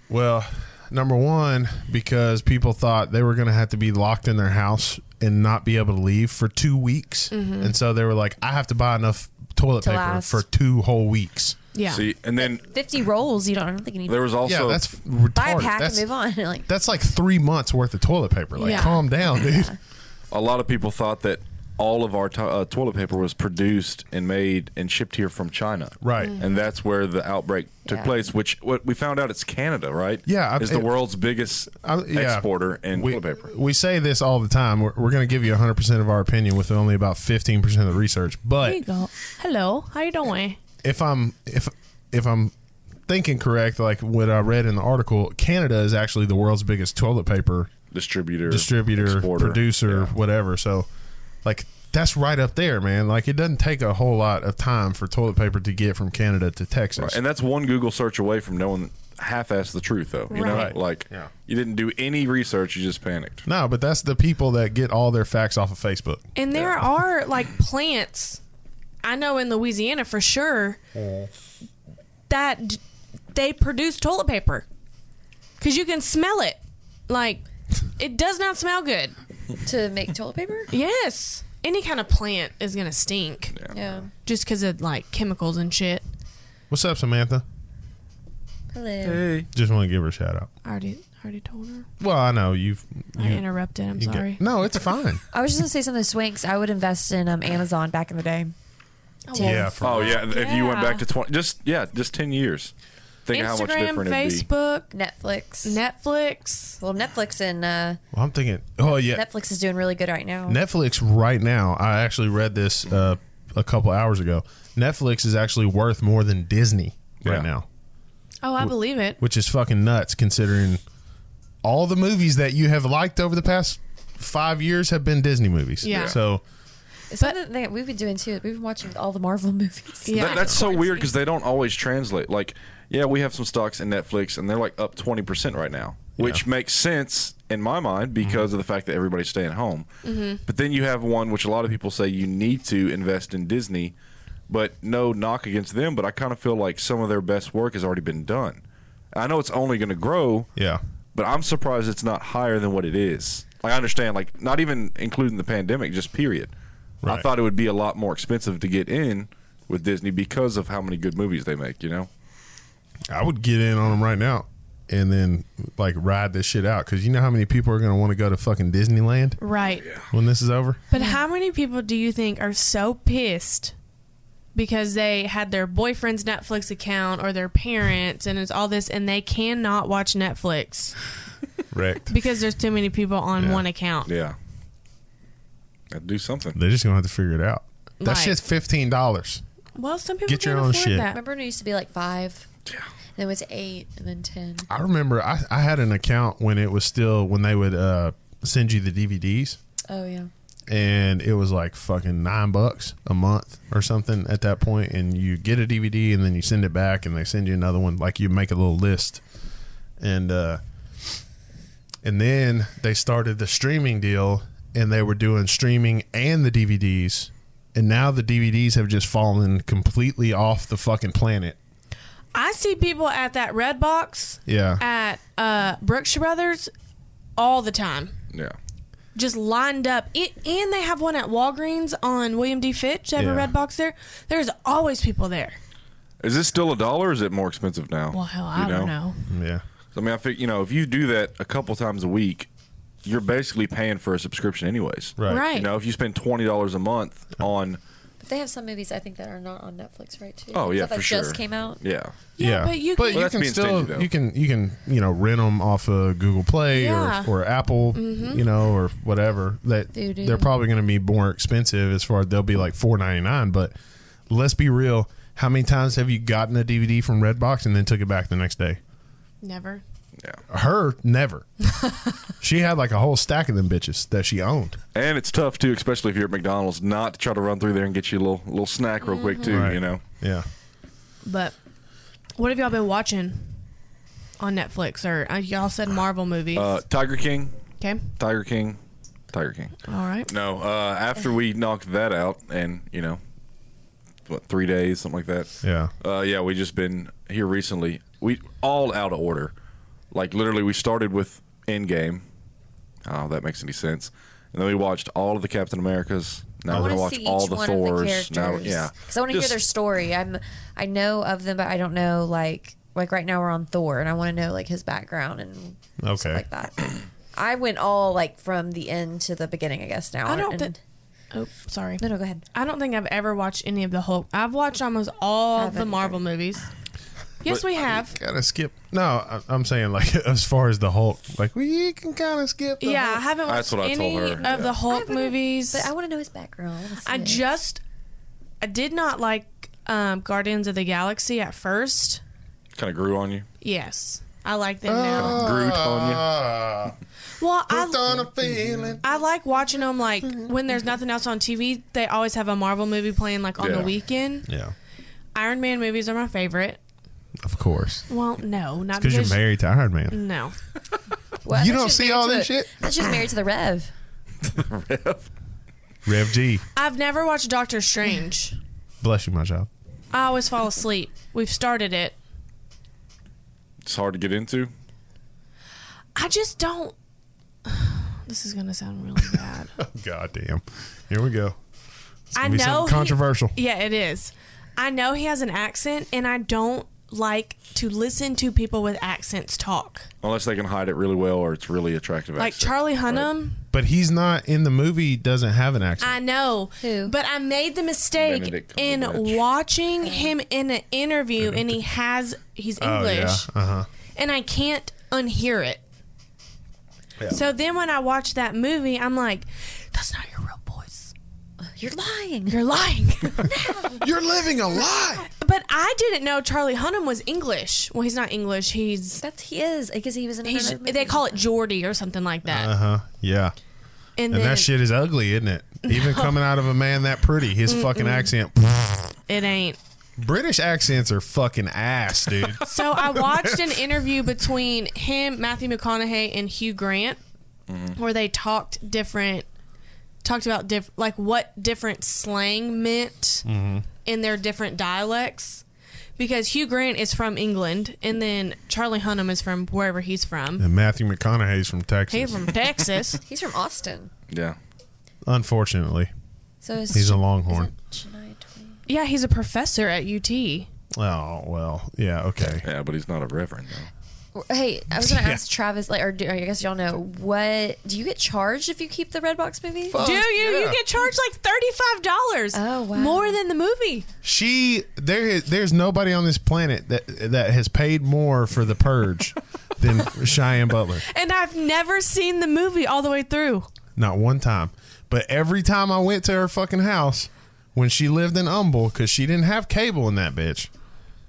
A: Well, number one, because people thought they were going to have to be locked in their house and not be able to leave for two weeks.
B: Mm-hmm.
A: And so they were like, I have to buy enough toilet
D: To
A: paper
D: last.
A: for two whole weeks.
B: Yeah.
C: See, and then
D: Fifty rolls? You don't. I don't think you need.
C: there was
A: Yeah,
C: also
A: that's retarded.
D: buy a pack
A: that's,
D: and move on. like,
A: that's like three months worth of toilet paper. Like,
B: Yeah.
A: calm down, dude.
C: a lot of people thought that all of our to- uh, toilet paper was produced and made and shipped here from China.
A: Right. Mm.
C: And that's where the outbreak took
D: Yeah.
C: place, which what we found out it's Canada, right?
A: Yeah, I-
C: Is the
A: it-
C: world's biggest
A: I- yeah.
C: exporter in
A: we,
C: toilet paper.
A: we say this all the time. We're, we're going to give you 100% of our opinion with only about 15% of the research. But
B: There you go. Hello, how you doing?
A: if I'm if if I'm thinking correct, like what I read in the article, Canada is actually the world's biggest toilet paper
C: Distributor,
A: distributor,
C: exporter.
A: producer, whatever. So, like that's right up there, man. Like it doesn't take a whole lot of time for toilet paper to get from Canada to Texas.
C: And that's one Google search away from knowing half-ass the truth, though. You know,
B: Right.
C: like
A: Yeah.
C: you didn't do any research; you just panicked.
A: no, but that's the people that get all their facts off of Facebook.
B: And there are like plants. I know in Louisiana for sure that d- they produce toilet paper because you can smell it. Like it does not smell good.
D: to make toilet paper?
B: Yes, any kind of plant is gonna stink
D: Yeah.
B: just because of like chemicals and shit.
A: What's up, Samantha?
D: Hello.
C: Hey,
A: Just want to give her a shout out.
B: I already, I already told her.
A: Well, I know you've.
B: I
A: You,
B: interrupted. I'm
A: you get-
B: sorry.
A: no, it's fine.
D: I was just gonna say something. Swinks. I would invest in um, Amazon back in the day.
A: yeah. for-
C: oh yeah, if you went back
B: Yeah.
C: to twenty, just yeah, just ten years. Think of how much
B: Instagram,
C: different it'd be.
B: Facebook,
D: Netflix.
B: Netflix.
D: well, Netflix and uh,
A: well, I'm thinking. Oh yeah,
D: Netflix is doing really good right now.
A: Netflix right now. I actually read this uh, a couple hours ago. Netflix is actually worth more than Disney
C: Yeah.
A: right now,
B: Oh, I believe it.
A: which is fucking nuts considering all the movies that you have liked over the past five years have been Disney movies.
B: Yeah.
A: So
D: It's something that we've been doing too. We've been watching all the Marvel movies.
B: Yeah.
C: That- that's so weird because they don't always translate. Like, yeah, we have some stocks in Netflix, and they're like up twenty percent right now, which makes sense in my mind because of the fact that everybody's staying home. But then you have one which a lot of people say you need to invest in Disney, but no knock against them. But I kind of feel like some of their best work has already been done. I know it's only going to grow,
A: yeah,
C: but I'm surprised it's not higher than what it is. Like, I understand, like not even including the pandemic, just period. I
A: Right.
C: thought it would be a lot more expensive to get in with Disney because of how many good movies they make. You know,
A: I would get in on them right now and then like ride this shit out because you know how many people are gonna want to go to fucking Disneyland
B: Right.
A: when this is over.
B: But how many people do you think are so pissed because they had their boyfriend's Netflix account or their parents and it's all this and they cannot watch Netflix
A: Wrecked.
B: because there's too many people on
A: Yeah.
B: one account?
C: yeah, I'd do something.
A: They're just gonna have to figure it out. That
B: Right.
A: shit's fifteen dollars.
B: Well, some people
A: Get your
B: can't
A: own
B: afford
A: shit.
B: that.
D: Remember when it used to be like five? Yeah. Then it was eight, and then ten.
A: I remember I, I had an account when it was still when they would uh, send you the DVDs
D: Oh yeah.
A: and it was like fucking nine bucks a month or something at that point and you get a DVD and then you send it back and they send you another one like you make a little list and uh, and then they started the streaming deal and they were doing streaming and the DVDs and now the DVDs have just fallen completely off the fucking planet
B: I see people at that red box
A: yeah
B: at uh, Brookshire Brothers all the time.
C: Yeah,
B: just lined up. It, and they have one at Walgreens on William D. Fitch. They have
A: Yeah.
B: a red box there. There's always people there.
C: is this still a dollar? or Is it more expensive now?
B: Well, hell, I
C: You
B: don't know.
A: yeah
C: I mean, I think you know if you do that a couple times a week, you're basically paying for a subscription anyways.
A: right,
B: Right.
C: You know, if you spend twenty dollars a month on,
D: But they have some movies I think that are not on Netflix right too.
C: Oh, yeah,
D: Stuff that
C: for sure.
D: just came out.
C: yeah,
B: Yeah, but you can- Well,
C: that's
A: can
C: being
A: still
C: stingy, though.
A: you can you can you know rent them off of Google Play
B: Yeah. Mm-hmm.
A: or, or Apple, you know, or whatever. That
D: Voodoo.
A: they're probably going to be more expensive as far as they'll be like four ninety nine. But let's be real, How many times have you gotten a DVD from Redbox and then took it back the next day?
B: Never.
C: Yeah.
A: Her never. she had like a whole stack of them bitches that she owned.
C: And it's tough too, especially if you're at McDonald's, not to try to run through there and get you a little little snack real quick too.
A: Right.
C: You know,
A: Yeah.
B: But what have y'all been watching on Netflix? Or uh, y'all said Marvel movies.
C: uh, Tiger King,
B: okay.
C: Tiger King, Tiger King.
B: All right.
C: No, uh, after we knocked that out, and you know, what three days, something like that.
A: Yeah.
C: Uh, yeah, we just been here recently. We all out of order. Like literally, we started with Endgame. Oh, that makes any sense. And then we watched all of the Captain Americas. Now we're
D: I want
C: gonna
D: to
C: watch
D: see each
C: all the
D: one
C: Thors.
D: of the characters.
C: Now, yeah,
D: because I want to hear
C: Just-
D: their story. I'm I know of them, but I don't know like like right now we're on Thor, and I want to know like his background and
A: Okay.
D: stuff like that. I went all like from the end to the beginning, I guess. Now
B: I don't
D: And-
B: think. Oh, sorry.
D: No, no, go ahead.
B: I don't think I've ever watched any of the Hulk. I've watched almost all
D: Haven't
B: the Marvel movies. Yes,
C: But-
B: we have.
A: Gotta skip. No, I- I'm saying like as far as the Hulk, like we can kind of skip. The
B: Yeah, I
A: Hulk.
B: haven't
C: That's
B: watched
C: what I told
B: any
C: her,
B: of
C: yeah.
B: the Hulk
D: I wouldn't-
B: movies.
D: But I want to know his background. wanna see
B: I
D: it.
B: just, I did not like um, Guardians of the Galaxy at first.
C: kind of grew on you.
B: Yes, I like them now.
C: Groot on you.
A: Ah,
B: Well, I
A: hooked on a feeling.
B: I like watching them like when there's nothing else on TV. They always have a Marvel movie playing like on
C: Yeah.
B: the weekend.
A: Yeah,
B: Iron Man movies are my favorite.
A: of course.
B: Well, no, not
A: Because you're
B: because-
A: married to Iron Man.
B: No,
D: Well, I
A: You don't
D: thought she was
A: see
D: married
A: all
D: to
A: this
D: the-
A: shit?
D: I thought she was married to the Rev.
A: Rev G,
B: I've never watched Doctor Strange.
A: bless you, my child.
B: I always fall asleep. We've started it.
C: It's hard to get into.
B: I just don't. This is gonna sound really bad.
A: God damn. Oh, Here we go.
B: I
A: be something
B: know he-
A: controversial.
B: yeah, it is. I know he has an accent, and I don't like to listen to people with accents talk.
C: Unless they can hide it really well, or it's really attractive.
B: Like
C: accent.
B: Charlie Hunnam,
A: But he's not in the movie. Doesn't have an accent.
B: I know.
D: Who?
B: But I made the mistake
C: Benedict Cumberbatch.
B: in watching him in an interview, and he has he's English,
A: Oh yeah. Uh huh.
B: and I can't unhear it. So then when I watch that movie, I'm like, that's not your real voice.
D: You're lying.
B: You're lying.
A: You're living a lie.
B: but I didn't know Charlie Hunnam was English. Well, he's not English. He's
D: That's he is because he was in.
B: he's
D: another movie.
B: they call it Geordie or something like that.
A: Uh huh. Yeah. And
B: and then
A: that shit is ugly, isn't it? Even coming out of a man that pretty, his fucking accent.
B: it ain't.
A: British accents are fucking ass, dude.
B: So I watched an interview between him, Matthew McConaughey, and Hugh Grant,
D: Mm-hmm.
B: where they talked different, talked about diff, like what different slang meant
A: Mm-hmm.
B: in their different dialects, because Hugh Grant is from England, and then Charlie Hunnam is from wherever he's from.
A: and Matthew McConaughey's from Texas.
B: He's from Texas.
D: He's from Austin.
C: yeah,
A: Unfortunately,
D: So is
A: he's
D: Sh-
A: a
D: is
A: Longhorn.
D: it Shania Twain?
B: Yeah, he's a professor at UT.
A: Oh well, yeah, okay.
C: yeah, but he's not a reverend though.
D: Or- Hey, I was gonna
A: Yeah.
D: ask Travis, like, or, do, I guess y'all know what? Do you get charged if you keep the Redbox movie?
A: Fuck.
B: Do you?
A: yeah.
B: You get charged like thirty five dollars.
D: Oh, wow.
B: More than the movie.
A: She there is there's nobody on this planet that that has paid more for the purge than Cheyenne Butler.
B: And I've never seen the movie all the way through.
A: Not one time. But every time I went to her fucking house when she lived in Humble, because she didn't have cable in that bitch.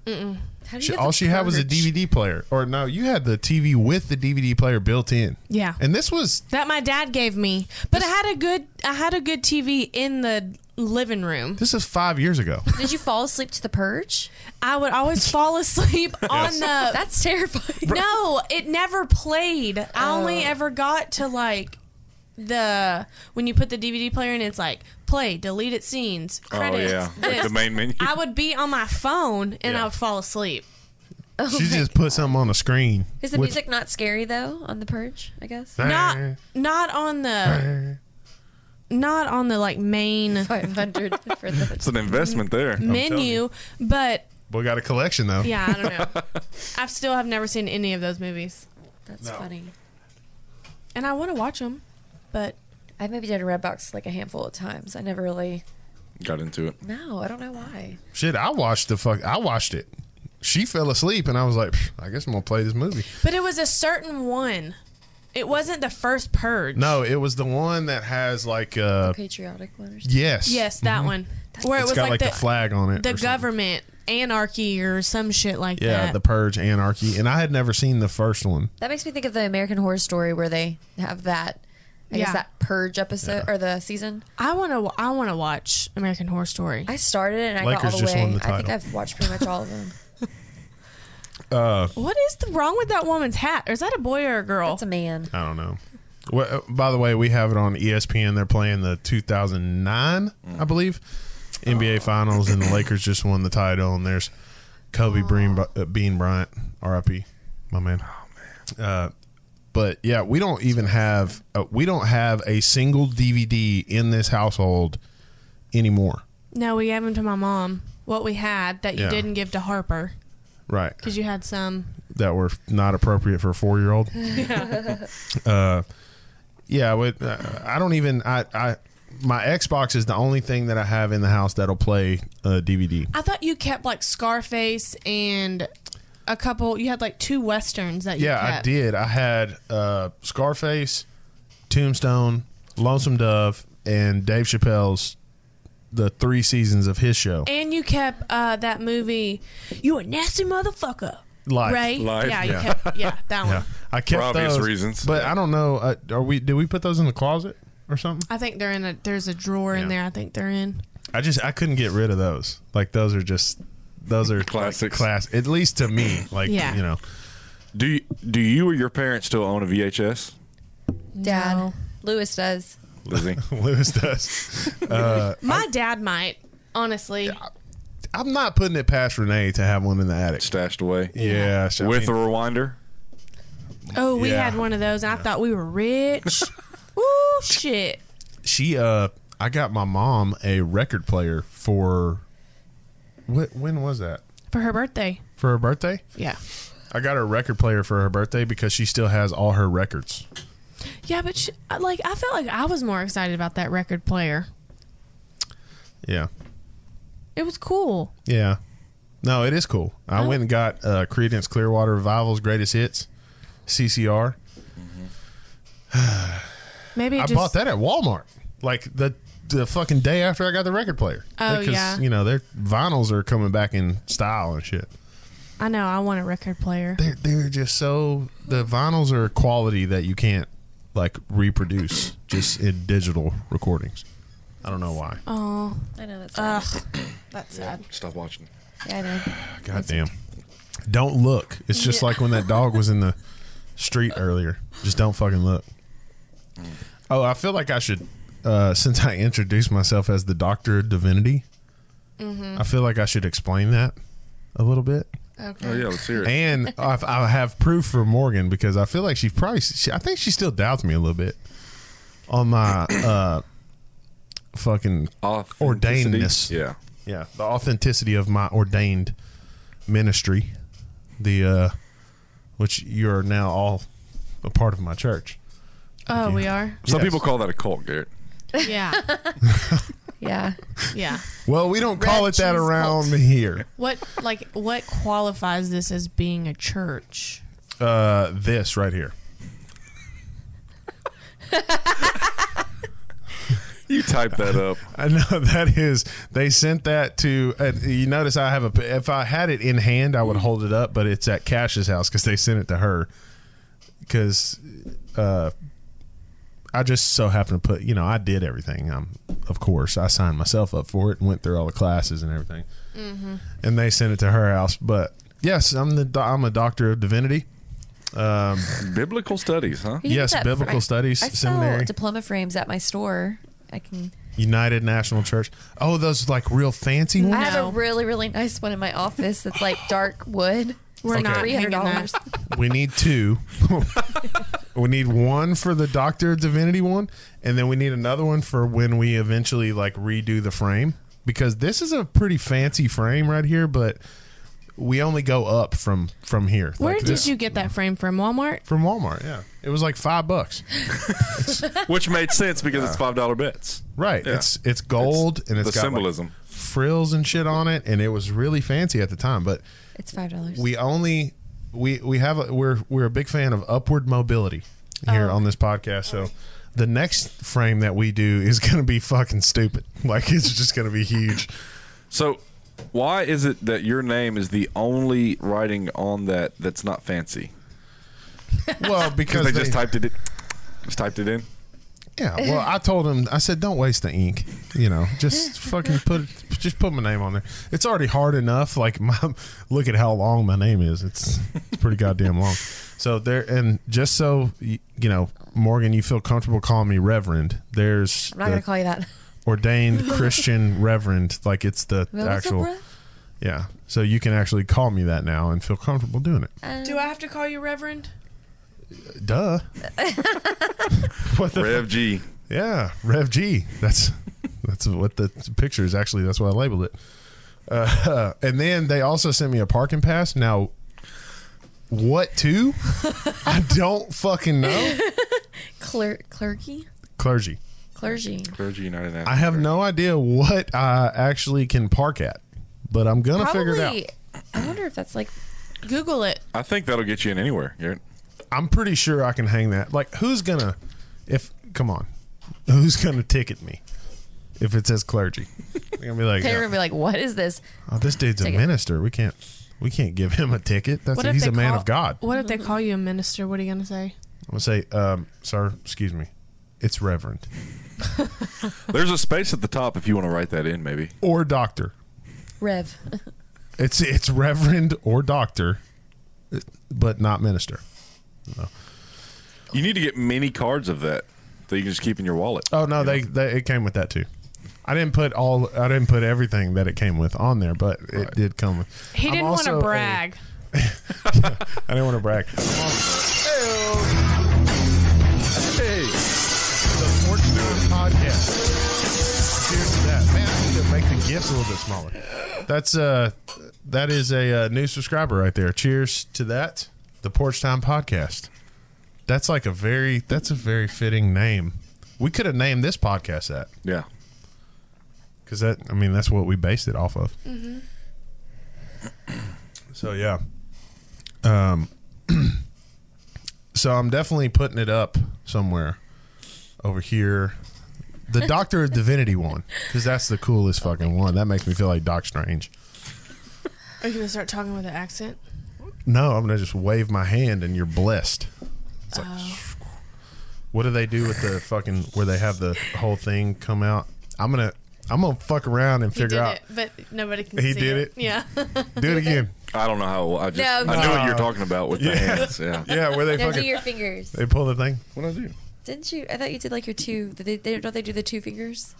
D: How do you
A: She,
D: get the
A: all she had was a
D: purge?
A: DVD player, or no, you had the TV with the DVD player built in.
B: Yeah.
A: and this was
B: that my dad gave me. But I had a good I had a good TV in the living room.
A: this is five years ago.
D: Did you fall asleep to the purge?
B: I would always fall asleep on the
D: That's terrifying.
B: No, it never played. I only ever got to like the when you put the DVD player in it's like play deleted scenes credits.
C: Oh yeah, like
B: this.
C: the main menu.
B: I would be on my phone and I would fall asleep.
A: she just put something on the screen.
D: Oh, Is the
A: with-
D: music not scary though on the purge? I guess.
B: Not not on the not on the like main
D: Five hundred for
C: It's
D: the.
C: an investment
B: Mm-hmm.
C: there.
B: menu, but
A: We got a collection though.
B: Yeah, I don't know. I've still have never seen any of those movies,
D: That's funny.
B: and I want to watch them, but
D: I maybe did a Redbox like a handful of times. I never really.
C: Got into it.
D: No, I don't know why.
A: Shit, I watched the fuck. I watched it. She fell asleep, and I was like, "Psh, I guess I'm gonna play this movie.
B: but it was a certain one. It wasn't the first purge.
A: No, it was the one that has like uh
D: Patriotic one or something.
A: yes,
B: Yes, that one
A: Mm-hmm.
B: where it
A: It's
B: was
A: got like,
B: like,
A: the, flag on it. or
B: the,
A: something.
B: government Anarchy or some shit like
A: Yeah,
B: that.
A: The Purge, Anarchy, and I had never seen the first one.
D: That makes me think of the American Horror Story where they have that. I
B: Yeah.
D: guess that purge episode or the season.
B: I want to. I want to watch American Horror Story.
D: I started it and I got
A: Lakers
D: all the
A: just
D: way.
A: won the
D: I think
A: title.
D: I've watched pretty much all of them.
B: What is the wrong with that woman's hat? Or is that a boy or a girl?
D: It's a man.
A: I don't know. Well, uh, by the way, we have it on E ESPN. They're playing the 2009, I believe, NBA Finals, and the Lakers just won the title. And there's Kobe Breen, uh, Bean Bryant, RIP, my man. Uh, but yeah, we don't even have uh, we don't have a single DVD in this household anymore.
B: no, we gave them to my mom. What we had that you
A: Yeah.
B: didn't give to Harper
A: Right.
B: because you had some.
A: that were not appropriate for a four year old. uh, yeah, I would, uh, I don't even. I, I my Xbox is the only thing that I have in the house that'll play uh, a DVD.
B: I thought you kept like Scarface and a couple. You had like two westerns that you
A: Yeah, I
B: kept.
A: did. I had uh, Scarface, Tombstone, Lonesome Dove, and Dave Chappelle's the three seasons of his show.
B: And you kept uh, that movie. You a nasty motherfucker.
A: Life.
B: Right?
C: Life.
B: Yeah, you
A: Yeah.
B: kept. Yeah, that one.
A: Yeah, I kept
C: obvious
A: those,
C: reasons.
A: But I don't know. Uh, are we? Did we put those in the closet or something?
B: I think they're in a. There's a drawer
A: Yeah.
B: in there. I think they're in.
A: I just I couldn't get rid of those. Like those are just those are
C: Classics.
A: Like, class at least to me. Like
B: Yeah.
A: you know.
C: Do you, do you or your parents still own a VHS,
D: Dad.
B: No.
D: Lewis does.
C: Lizzie?
A: Lewis does.
B: My dad might. Honestly,
A: I'm not putting it past Renee to have one in the attic.
C: Stashed away
A: Yeah, so I
C: with a
A: mean,
C: rewinder.
B: oh, we
A: Yeah.
B: had one of those. And I thought we were rich. Woo, shit!
A: she uh I got my mom a record player for what when was that?
B: For her birthday,
A: For her birthday?
B: yeah,
A: I got her a record player for her birthday because she still has all her records.
B: yeah. But she, like, I felt like I was more excited about that record player.
A: Yeah.
B: It was cool.
A: Yeah. No, it is cool. I went and got uh, Credence Clearwater Revival's Greatest Hits, CCR.
B: Maybe it
A: I
B: just,
A: bought that at Walmart. Like the the fucking day after I got the record player.
B: Oh,
A: Because,
B: yeah.
A: You know, their vinyls are coming back in style and shit.
B: I know. I want a record player.
A: They're they're just so the vinyls are a quality that you can't like reproduce just in digital recordings. I don't know why.
B: Oh,
D: I know that's.
B: ugh, that's sad.
C: Stop watching.
D: yeah, I know.
A: God damn. Don't look. It's just like when that dog was in the street earlier. Just don't fucking look. Oh, I feel like I should, uh, since I introduced myself as the Doctor of Divinity, I feel like I should explain that a little bit.
B: Okay.
C: Oh yeah, let's hear it.
A: And I, I have proof for Morgan because I feel like she probably, she, I think she still doubts me a little bit on my uh, fucking
C: Authenticity.
A: ordainedness.
C: Yeah.
A: yeah the authenticity of my ordained ministry the uh which you're now all a part of my church
B: Oh, we are.
C: Some
A: Yes.
C: people call that a cult, Garrett.
B: Yeah,
D: Yeah.
B: yeah.
A: well we don't call it that
D: Wretches
A: around here
B: What like what qualifies this as being a church?
A: uh this right here
C: You type that up.
A: i know that is they sent that to uh, you notice i have a p- if i had it in hand i would hold it up but it's at cash's house because they sent it to her because uh I just so happened to put, you know, I did everything. I'm, of course, I signed myself up for it and went through all the classes and everything. And they sent it to her house. But yes, I'm the do- I'm a doctor of divinity. Um,
C: Biblical studies, huh?
D: You can
A: Yes,
D: get that
A: biblical
D: I-
A: studies,
D: I sell
A: seminary.
D: diploma frames at my store. I can.
A: United National Church. Oh, those like real fancy
D: I
A: ones.
D: have
B: No.
D: a really really nice one in my office that's like dark wood.
B: We're
A: Okay.
B: not hanging
D: $300.
B: that.
A: We need two. we need one for the Doctor of Divinity one, and then we need another one for when we eventually like redo the frame because this is a pretty fancy frame right here, but we only go up from from here.
B: Where
A: Like
B: did
A: this-
B: you get that frame from? Walmart?
A: From Walmart, yeah. It was like five bucks.
C: Which made sense because it's five dollar bets.
A: Right.
C: Yeah.
A: It's it's gold and it's
C: the
A: got like,
C: symbolism.
A: frills and shit on it, and it was really fancy at the time. But
D: It's five dollars.
A: we only we we have a, we're we're a big fan of upward mobility here on this podcast. So the next frame that we do is going to be fucking stupid. Like it's just going to be huge.
C: So Why is it that your name is the only writing on that that's not fancy?
A: Well, because
C: Because they just typed it. Just typed it in.
A: Yeah, well, I told him. I said, "Don't waste the ink. You know, just fucking put just put my name on there. It's already hard enough. Like, my, look at how long my name is. It's, it's pretty goddamn long. So there, and just so y- you know, Morgan, you feel comfortable calling me Reverend. There's
D: I'm not gonna
A: the
D: call you that.
A: ordained Christian Reverend. Like, it's the
D: Well, what's up,
A: actual.
D: bro?
A: Yeah, so you can actually call me that now and feel comfortable doing it.
D: Um,
B: Do I have to call you Reverend?
A: Duh. what the
C: Rev G.
A: Yeah, Rev G. That's that's what the picture is actually. That's why I labeled it. Uh, and then they also sent me a parking pass. Now, what to? I don't fucking know.
D: Cler- clergy,
A: Clergy.
D: clergy.
C: Clergy United.
A: I have no idea what I actually can park at, but I'm gonna
D: Probably.
A: figure it out.
D: I wonder if that's like
B: Google it.
C: I think that'll get you in anywhere, Garrett.
A: I'm pretty sure I can hang that. Like, who's gonna? If come on, who's gonna ticket me? If it says clergy, they're gonna be like,
D: they're
A: "No."
D: gonna be like, "What is this?"
A: Oh, this dude's a
D: Ticket.
A: minister. We can't we can't give him a ticket. That's
B: What if
A: he's
B: they
A: a man
B: call-
A: of God. I'm
B: What if they call you a minister? What are you gonna say?
A: gonna say, um, sir, excuse me, it's Reverend
C: There's a space at the top if you want to write that in, maybe.
A: or Doctor.
D: Rev.
A: It's it's Reverend or Doctor, but not minister.
C: You need to get many cards of that that you can just keep in your wallet.
A: Oh no, they, they it came with that too. I didn't put all I didn't put everything that it came with on there, but it did come with.
B: He
A: I'm
B: didn't want
A: also
B: to
A: a-
B: brag.
A: I didn't want to brag. I'm also- The Fortune Podcast. Cheers to that. Man, I need to make the gifts a little bit smaller. That's uh, that is a uh, new subscriber right there. Cheers to that. The Porch Time Podcast. That's like a very that's a very fitting name. We could have named this podcast that
C: Yeah.
A: because that I mean that's what we based it off of.
B: Mm-hmm.
A: So yeah, um, so I'm definitely putting it up somewhere over here. The Doctor of Divinity one because that's the coolest
B: Oh
A: fucking one. That makes me feel like Doc Strange.
B: Are you gonna start talking with an accent?
A: No, I'm gonna just wave my hand and you're blessed. It's like,
B: Oh.
A: what do they do with the fucking where they have the whole thing come out? I'm gonna I'm gonna fuck around and
B: He
A: figure
B: did
A: out.
B: it, but nobody can.
A: He
B: see
A: did
B: it.
A: it?
B: Yeah.
A: Do it again.
C: I don't know how. I just
D: No,
C: I know what
A: no.
C: you're talking about with the hands. Yeah.
A: Yeah, where they
D: No, do
A: fucking
D: your fingers.
A: they pull the thing.
C: What I do?
D: Didn't you? I thought you did like your two. Did they, they, don't they do the two fingers?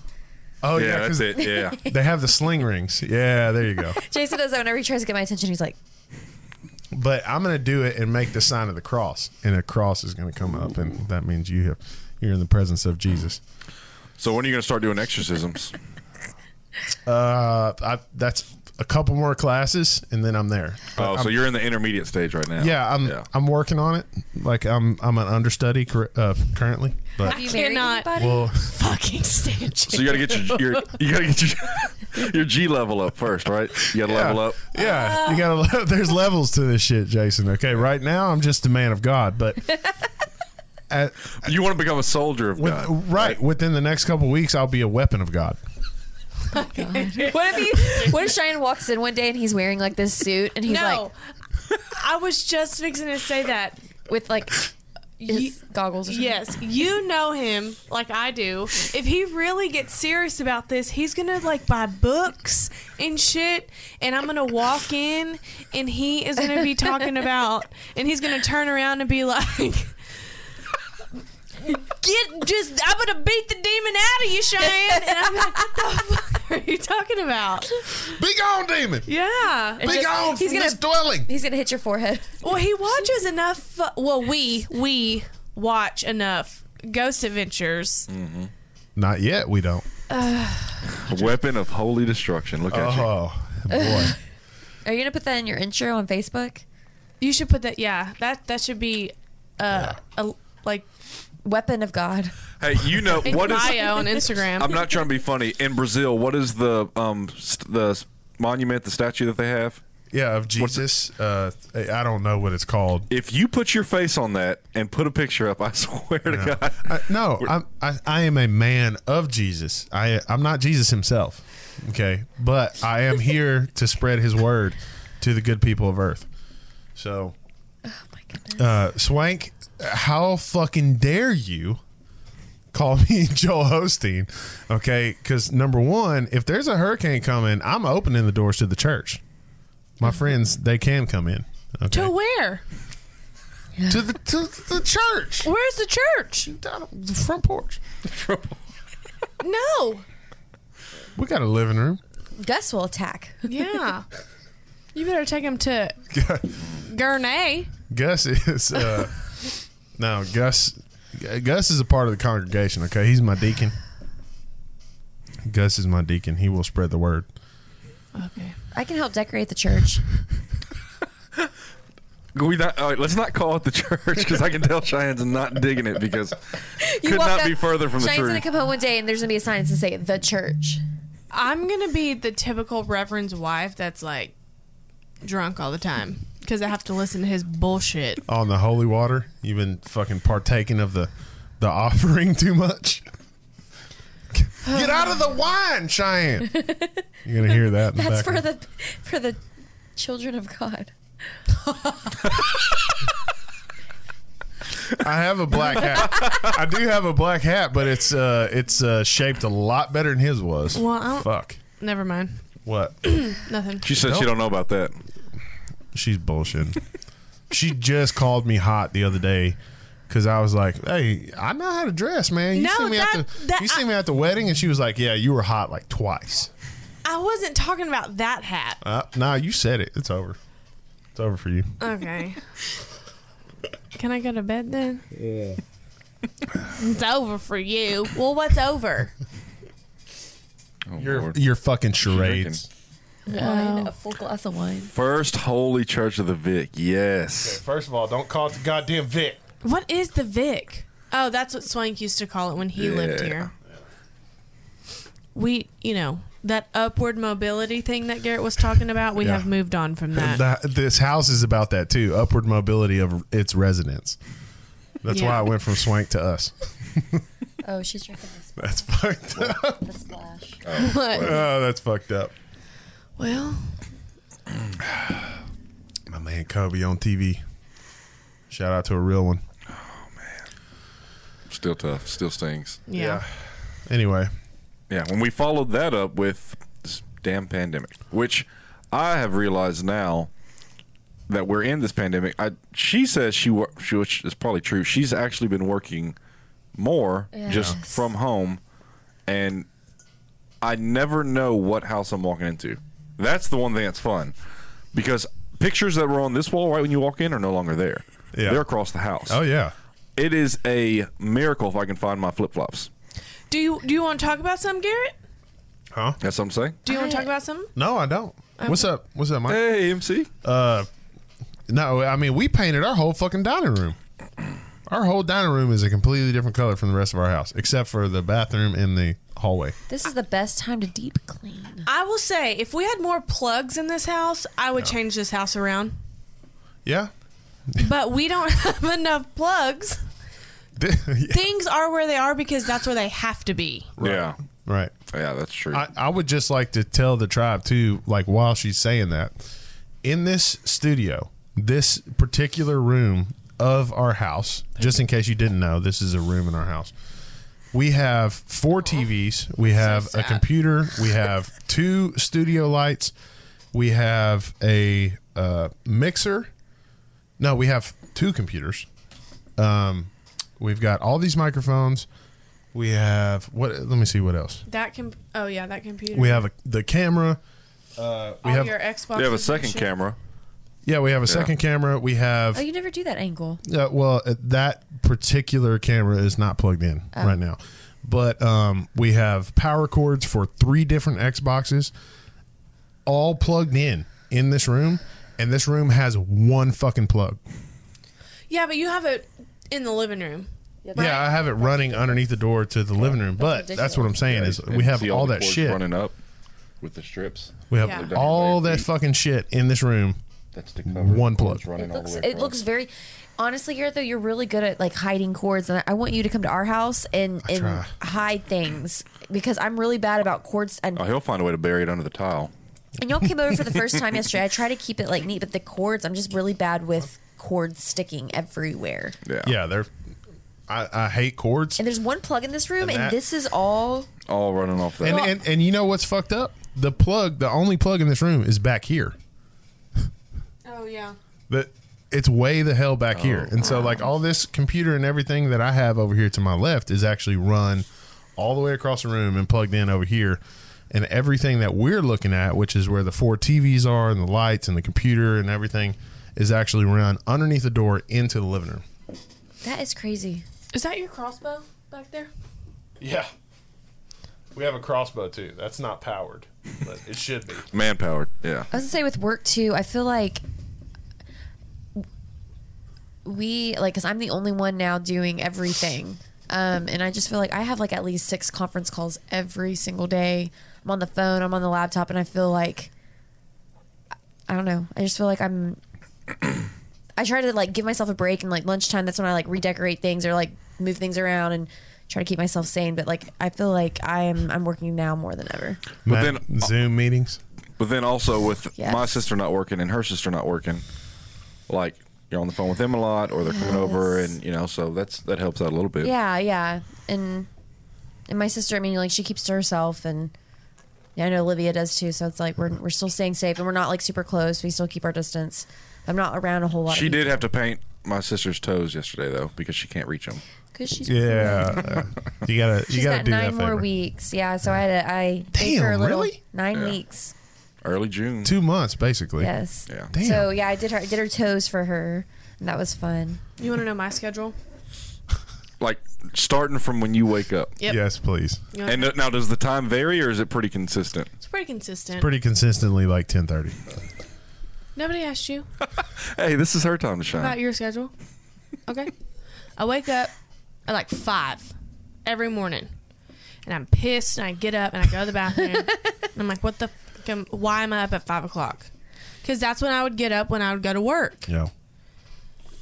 A: Oh
C: yeah,
A: yeah,
C: that's
A: 'cause
C: it. Yeah.
A: They have the sling rings. Yeah, there you go.
D: Jason does that whenever he tries to get my attention. He's like,
A: but I'm gonna do it and make the sign of the cross, and a cross is gonna come up, and that means you have you're in the presence of Jesus.
C: So when are you going to start doing exorcisms?
A: Uh, I, that's a couple more classes, and then I'm there. But
C: Oh,
A: I'm-
C: so you're in the intermediate stage right now.
A: yeah, I'm I'm working on it. Like I'm I'm an understudy cur- uh, currently, but
D: "Have you married
B: Cannot.
D: anybody?"
A: well,
B: Fucking stand.
C: So you got to get your, your you got to get your your G level up first, right? You got to level up.
A: yeah, you gotta. There's levels to this shit, Jason. Okay, right now I'm just a man of God, but. At,
C: You want to become a soldier of
A: with,
C: God.
A: right within the next couple weeks, I'll be a weapon of God.
D: What if he? What if Cheyenne walks in one day and he's wearing like this suit and he's
B: No.
D: like
B: I was just fixing to say that.
D: with like his
B: Ye-
D: goggles? Or something.
B: Yes, you know him like I do. If he really gets serious about this, he's gonna like buy books and shit, and I'm gonna walk in, and he is gonna be talking about, and he's gonna turn around and be like. Get just I'm gonna beat the demon out of you, Cheyenne. And I'm like, what the fuck are you talking about?
A: Be gone, demon!
B: Yeah.
A: Be
D: just-
A: gone
D: he's
A: from
D: gonna-
A: this dwelling.
D: He's gonna hit your forehead.
B: Well, he watches enough. Well, we we watch enough Ghost Adventures.
A: Not yet. We don't.
C: Weapon of holy destruction. Look at you.
A: Oh boy.
D: Are you gonna put that in your intro on Facebook?
B: You should put that. Yeah, that that should be, uh, a, like
D: Weapon of God.
C: Hey, you know
B: in
C: what is?
B: bio on Instagram.
C: I'm not trying to be funny. In Brazil, what is the um st- the s- monument, the statue that they have?
A: Yeah, of
C: What's
A: Jesus. Uh, I I don't know what it's called.
C: If you put your face on that and put a picture up, I swear to God,
A: I, no, I'm, I I am a man of Jesus. I I'm not Jesus himself. Okay, but I am here to spread His word to the good people of Earth. So, uh, Swank, how fucking dare you call me Joel Hosteen? Okay, because number one, if there's a hurricane coming, I'm opening the doors to the church. My friends, they can come in. Okay.
B: To where?
A: to the to the church
B: Where's the church?
A: down on the front porch.
B: No.
A: We got a living room.
D: Gus will attack.
B: Yeah. you better take him to Gurney.
A: Gus is uh, no Gus. Gus is a part of the congregation. Okay, he's my deacon. Gus is my deacon. He will spread the word.
B: Okay.
D: I can help decorate the church.
C: We not, all right, let's not call it the church because I can tell Cheyenne's not digging it because could
D: walk
C: not
D: up-
C: be further from the
D: Cheyenne's
C: truth.
D: gonna come home one day and there's gonna be a sign that say the church.
B: I'm going to be the typical reverend's wife that's like drunk all the time because I have to listen to his bullshit.
A: On the holy water, you've been fucking partaking of the the offering too much. Get out of the wine, Cheyenne. You're gonna hear that. In
D: That's
A: the
D: for
A: background.
D: the for the children of God.
A: I have a black hat. I do have a black hat, but it's uh it's uh shaped a lot better than his was.
B: Well, I don't-
A: Fuck.
B: Never mind.
A: What?
B: Nothing.
C: She said she
A: Nope.
C: don't know about that.
A: She's bullshitting. she just called me hot the other day because I was like, "Hey, I know how to dress, man. You
B: No,
A: see me at
B: that-
A: the
B: that-
A: you see me at the wedding," and she was like, "Yeah, you were hot like twice."
B: I wasn't talking about that hat.
A: Uh, nah, you said it. It's over. It's over for you.
B: Okay. Can I go to bed then? Yeah. It's over for you. Well, what's over?
C: Oh,
A: Your
C: Lord.
A: your fucking charades.
D: Wine, a full glass of wine.
C: First Holy Church of the Vic. Yes.
A: First of all, don't call it the goddamn Vic.
B: What is the Vic? Oh, that's what Swank used to call it when he lived
C: Yeah.
B: here. We, you know, that upward mobility thing that Garrett was talking about, we
A: Yeah.
B: have moved on from that.
A: That, this house is about that too. Upward mobility of its residents. That's
B: Yeah.
A: why I went from swank to us.
D: Oh, she's drinking the,
A: That's fucked up.
D: the splash.
B: What?
A: Oh, that's fucked up.
B: Well,
A: My man Kobe on TV. Shout out to a real one.
C: Still tough. Still stings.
B: yeah.
A: Anyway,
C: Yeah, when we followed that up with this damn pandemic, which I have realized now that we're in this pandemic. I she says she wor- she which is probably true. She's actually been working more just
D: Yes.
C: from home, and I never know what house I'm walking into. That's the one thing that's fun because pictures that were on this wall right when you walk in are no longer there.
A: Yeah.
C: They're across the house.
A: oh yeah,
C: It is a miracle if I can find my flip flops.
B: Do you do you want to talk about some, Garrett?
A: huh?
C: That's what I'm saying.
B: Do you want
D: I-
B: to talk about some?
A: No, I don't. What's up? What's up, Mike?
C: Hey, MC.
A: Uh, No, I mean we painted our whole fucking dining room. Our whole dining room is a completely different color from the rest of our house, except for the bathroom and the hallway.
D: This is the best time to deep clean.
B: I will say, if we had more plugs in this house, I would change this house around.
A: Yeah,
B: But we don't have enough plugs. Things are where they are because that's where they have to be.
C: Yeah.
A: right.
C: Yeah, that's true.
A: I, I would just like to tell the tribe too, like while she's saying that, in this studio, this particular room of our house, just in case you didn't know, this is a room in our house. We have four TVs, we have a computer, we have two studio lights, we have a uh, mixer. No, we have two computers. Um, we've got all these microphones. We have what? Let me see what else.
B: That can. Oh yeah, that computer.
A: We have a, the camera. Uh, we
B: All
A: have
B: your Xbox.
C: they have a second camera.
A: yeah, we have a second camera. We have
D: Oh, you never do that angle.
A: uh, well, uh, that particular camera is not plugged in right now, but um, we have power cords for three different Xboxes, all plugged in in this room, and this room has one fucking plug.
B: Yeah, but you have it in the living room.
A: Yeah, I have it running underneath the door to the living room, but that's what I'm saying is we
C: And
A: have
C: see
A: all
C: the
A: that
C: cords
A: shit.
C: running up with the strips.
A: We have
B: Yeah.
A: all that fucking shit in this room.
C: That's the cover.
A: One
C: Cords
A: plug.
C: running
D: It looks,
C: all the way
D: it looks
C: across.
D: very. Honestly, Gareth, though, you're really good at like hiding cords, and I want you to come to our house and, and
A: try.
D: hide things because I'm really bad about cords. And,
C: Oh, he'll find a way to bury it under the tile.
D: and y'all came over for the first time yesterday. I try to keep it like neat, but the cords, I'm just really bad with cords sticking everywhere.
C: Yeah.
A: Yeah, they're. I, I hate cords.
D: And there's one plug in this room,
A: And
D: and,
A: that-
D: this is all.
C: All running off that.
A: And, and and you know what's fucked up? The plug, the only plug in this room is back here.
B: Oh yeah.
A: But it's way the hell back here. And so like all this computer and everything that I have over here to my left is actually run all the way across the room and plugged in over here. And everything that we're looking at, which is where the four TVs are and the lights and the computer and everything, is actually run underneath the door into the living room.
D: That is crazy.
B: Is that your crossbow back there?
A: Yeah. We have a crossbow too. That's not powered, but it should be.
C: Manpowered. Yeah.
D: I was gonna say with work too. I feel like we like because I'm the only one now doing everything, um, and I just feel like I have like at least six conference calls every single day. I'm on the phone, I'm on the laptop, and I feel like I don't know. I just feel like I'm. I try to like give myself a break and like lunchtime. That's when I like redecorate things or like move things around and try to keep myself sane. But like I feel like I'm I'm working now more than ever.
A: But uh,
C: then-
A: Zoom meetings.
C: But then also with
D: Yes.
C: my sister not working and her sister not working, like you're on the phone with them a lot, or they're coming over,
D: Yes.
C: and you know, so that's that helps out a little bit.
D: Yeah, yeah. And and my sister, I mean, like she keeps to herself and yeah, I know Olivia does too, so it's like we're we're still staying safe and we're not like super close. We still keep our distance. I'm not around a whole lot.
C: She did have to paint my sister's toes yesterday though because she can't reach them.
D: because she's
A: Yeah. you gotta you
D: She's
A: gotta
D: got
A: do
D: nine
A: that
D: more
A: favor.
D: weeks. Yeah, so I had a, I gave her a
A: Damn,
D: little
A: really?
D: nine
C: Yeah.
D: weeks.
C: Early June.
A: Two months basically.
D: Yes.
C: Yeah.
A: Damn.
D: So yeah, I did her I did her toes for her, and that was fun.
B: You want to know my schedule?
C: Like starting from when you wake up.
B: Yep.
A: Yes, please.
B: You wanna-
C: And uh, now, does the time vary, or is it pretty consistent?
B: it's pretty consistent.
A: Pretty consistently like ten thirty.
B: Nobody asked you
C: Hey, this is her time to shine.
B: about your schedule. Okay. I wake up at like five every morning, and I'm pissed. And I get up and I go to the bathroom. and I'm like, what the? F- am- why am I up at five o'clock? Because that's when I would get up when I would go to work.
A: Yeah.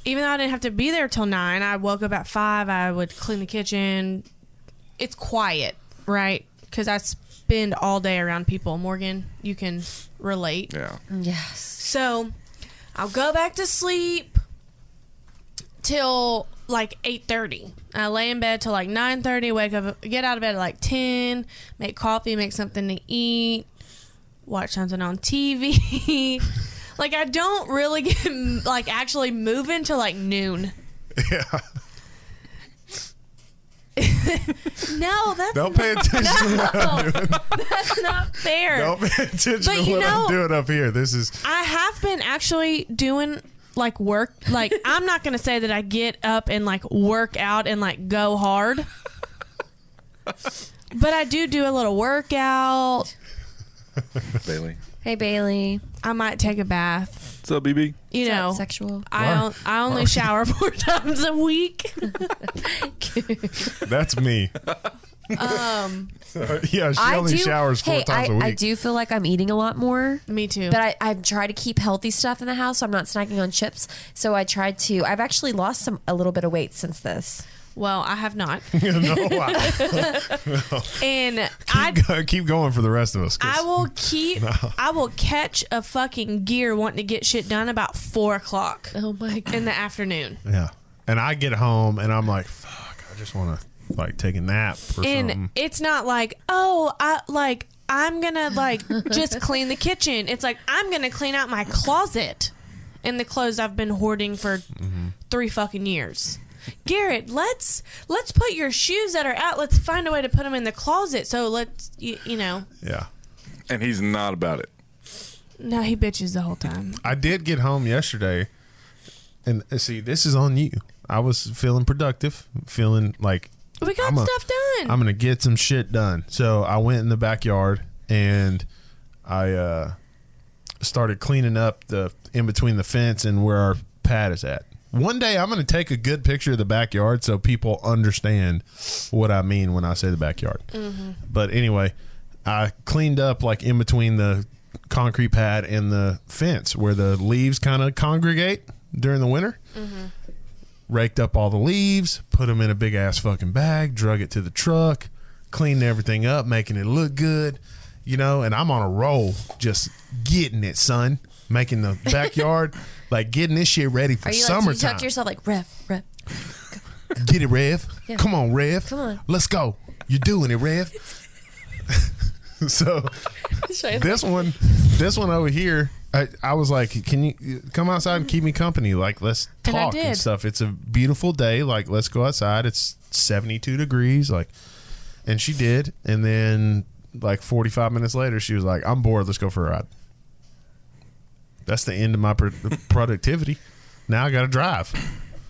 B: even though I didn't have to be there till nine, I woke up at five. I would clean the kitchen. It's quiet, right? Because I spend all day around people. Morgan, you can relate.
C: yeah.
D: Mm. Yes.
B: So I'll go back to sleep till like eight thirty. I lay in bed till like nine thirty. Wake up, get out of bed at like ten. Make coffee, make something to eat, watch something on TV. like I don't really get like actually move until like noon.
A: Yeah.
B: No, that's
A: Don't pay attention.
B: that's not fair.
A: Don't pay attention
B: But
A: to
B: you
A: what I'm
B: know-
A: doing up here. This is
B: I have been actually doing like work. Like I'm not gonna say that I get up and like work out and like go hard, but I do do a little workout.
C: Bailey.
D: Hey Bailey.
B: I might take a bath.
C: What's up, BB?
B: You
D: Is that
B: know,
D: sexual.
B: I
A: Why?
B: on- I only shower four times a week.
A: that's me.
B: Um,
A: yeah, she only showers four
D: hey,
A: times
D: I,
A: a week.
D: I do feel like I'm eating a lot more.
B: me too.
D: But I, I've tried to keep healthy stuff in the house, so I'm not snacking on chips. So I tried to. I've actually lost some a little bit of weight since this.
B: well, I have not,
A: no, I,
B: and I
A: go- keep going for the rest of us. 'cause-
B: I will keep. I will catch a fucking gear wanting to get shit done about four o'clock
D: Oh my god!
B: in the afternoon.
A: yeah, and I get home and I'm like, fuck, I just want to like take a nap or
B: and
A: something.
B: it's not like oh i like i'm gonna like just clean the kitchen it's like i'm gonna clean out my closet and the clothes i've been hoarding for three fucking years garrett let's let's put your shoes that are out let's find a way to put them in the closet so let's you, you know
A: Yeah,
C: And he's not about it.
B: no he bitches the whole time
A: I did get home yesterday, and uh, see, this is on you. I was feeling productive, feeling like
B: we got
A: I'm a-
B: stuff done
A: I'm gonna get some shit done. So I went in the backyard and I uh, started cleaning up the in between the fence and where our pad is at. One day I'm gonna take a good picture of the backyard so people understand what I mean when I say the backyard. But anyway, I cleaned up like in between the concrete pad and the fence where the leaves kind of congregate during the winter. raked up all the leaves, put them in a big ass fucking bag, drug it to the truck, cleaned everything up, making it look good, you know. And I'm on a roll, just getting it, son, making the backyard like getting this shit ready for
D: Are you like, you
A: summertime.
D: talk to yourself like, Rev, Rev.
A: Get it, Rev. Come on, Rev.
D: Come on.
A: Let's go. You're doing it, Rev. so this one, this one over here, I, I was like, "Can you come outside and keep me company? Like, let's
B: And I
A: talk and,
B: did.
A: stuff." It's a beautiful day. Like, let's go outside. It's seventy-two degrees. Like, and she did. And then, like forty-five minutes later, she was like, "I'm bored. Let's go for a ride." That's the end of my pro- productivity. Now I got to drive,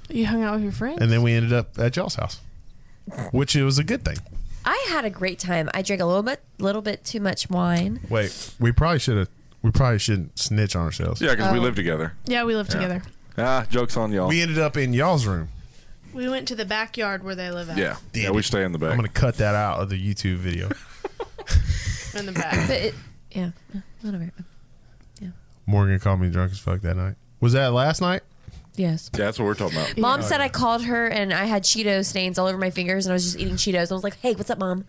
B: You hung out with your friends.
A: and then we ended up at y'all's house, which it was a good thing.
D: I had a great time. I drank a little bit, little bit too much wine.
A: Wait, we probably should have. We probably shouldn't snitch on ourselves.
C: Yeah, because we
D: Oh.
C: live together.
B: yeah, we lived together.
C: Ah, jokes on y'all.
A: We ended up in y'all's room.
B: We went to the backyard where they live at.
C: yeah, yeah, we stay in the back.
A: I'm gonna cut that out of the YouTube video.
B: In the back.
D: But it, yeah, whatever.
A: Morgan called me drunk as fuck that night. Was that last night?
D: Yes.
C: yeah, that's what we're talking about.
A: Oh,
D: Mom said I called her and I had Cheeto stains all over my fingers and I was just eating Cheetos. I was like, "Hey, what's up, mom?"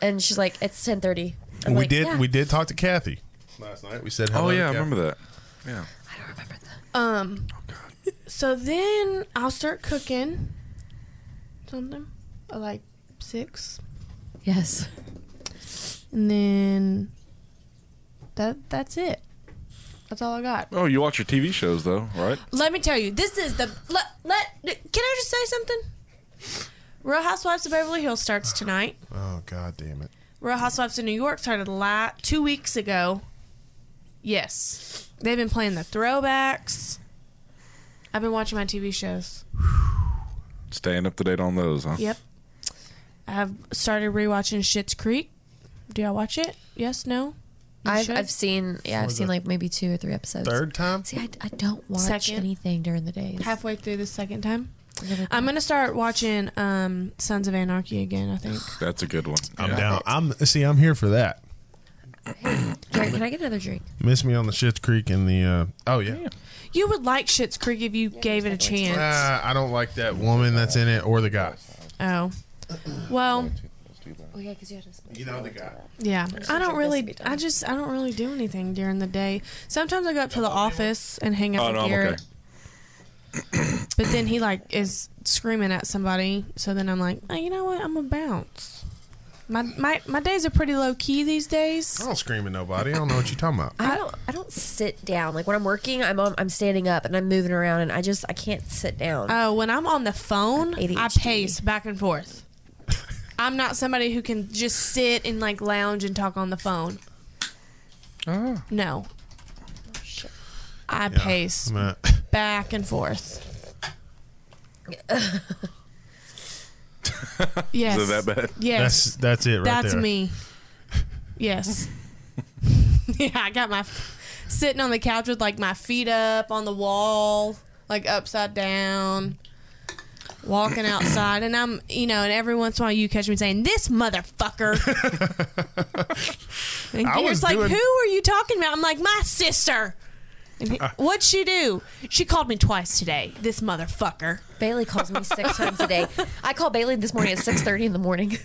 D: And she's like, "It's 10:30." I'm
A: we
D: like,
A: did.
D: "Yeah."
A: We did talk to Kathy last night. We said, hello
C: Oh
A: to
C: yeah, I
A: Kathy.
C: remember that. Yeah.
D: I don't remember that.
B: Um. So then I'll start cooking something uh, like six,
D: Yes.
B: and then that that's it. That's all I got.
C: Oh, you watch your TV shows though, right?
B: Let me tell you, this is the let. let can I just say something? Real Housewives of Beverly Hills starts tonight.
A: Oh god damn it!
B: Real Housewives of New York started la- two weeks ago. Yes, they've been playing the throwbacks. I've been watching my TV shows.
C: Staying up to date on those, huh?
B: Yep, I have started rewatching Schitt's Creek. Do y'all watch it? Yes, no. You
D: I've,
B: should.
D: I've seen yeah, I've
A: Was
D: seen
A: it
D: like maybe two or three episodes.
A: Third time.
D: See, I, I don't watch
B: Second.
D: anything during the days.
B: halfway through the second time.
D: Never-
B: I'm gonna start watching um, Sons of Anarchy again. I think.
C: That's a good one.
A: I'm
C: Yeah.
A: down. I'm see. I'm here for that.
D: Garrett, can I get another drink?
A: Miss me on the Shit's Creek and the. Uh, oh yeah.
B: You would like Schitt's Creek if you gave it a chance.
A: Uh, I don't like that woman that's in it or the guy.
C: Ah.
B: Oh, well,
D: Oh yeah, because you had to.
A: You know the guy.
B: yeah. I don't
D: something has to
B: really.
D: be done.
B: I just I don't really do anything during the day. Sometimes I go up to the office and hang out
C: Oh
B: with
C: no, I'm
B: Garrett,
C: okay.
B: but then he like is screaming at somebody. So then I'm like, oh, you know what? I'm gonna bounce. My my my days are pretty low key these days.
A: I don't scream at nobody. I don't know what you're talking about.
D: I don't. I don't sit down. Like when I'm working, I'm on, I'm standing up and I'm moving around, and I just I can't sit down.
B: Oh, when I'm on the phone, I
D: ADHD.
B: pace back and forth. I'm not somebody who can just sit and like lounge and talk on the phone.
C: Oh.
B: No. I pace
A: I'm not-
B: back and forth. yes.
C: Is it that bad?
B: Yes.
A: That's that's it right
B: That's
A: there.
B: me. Yes. yeah, I got my sitting on the couch with like my feet up on the wall, like upside down, walking outside, and I'm you know, and every once in a while you catch me saying this motherfucker. and
A: I was
B: Garrett's like,
A: doing-
B: "Who are you talking about?" I'm like, "My sister." And
A: Uh.
B: he- What'd she do? She called me twice today. This motherfucker.
D: Bailey calls me six times a day. I call Bailey this morning at six thirty in the morning.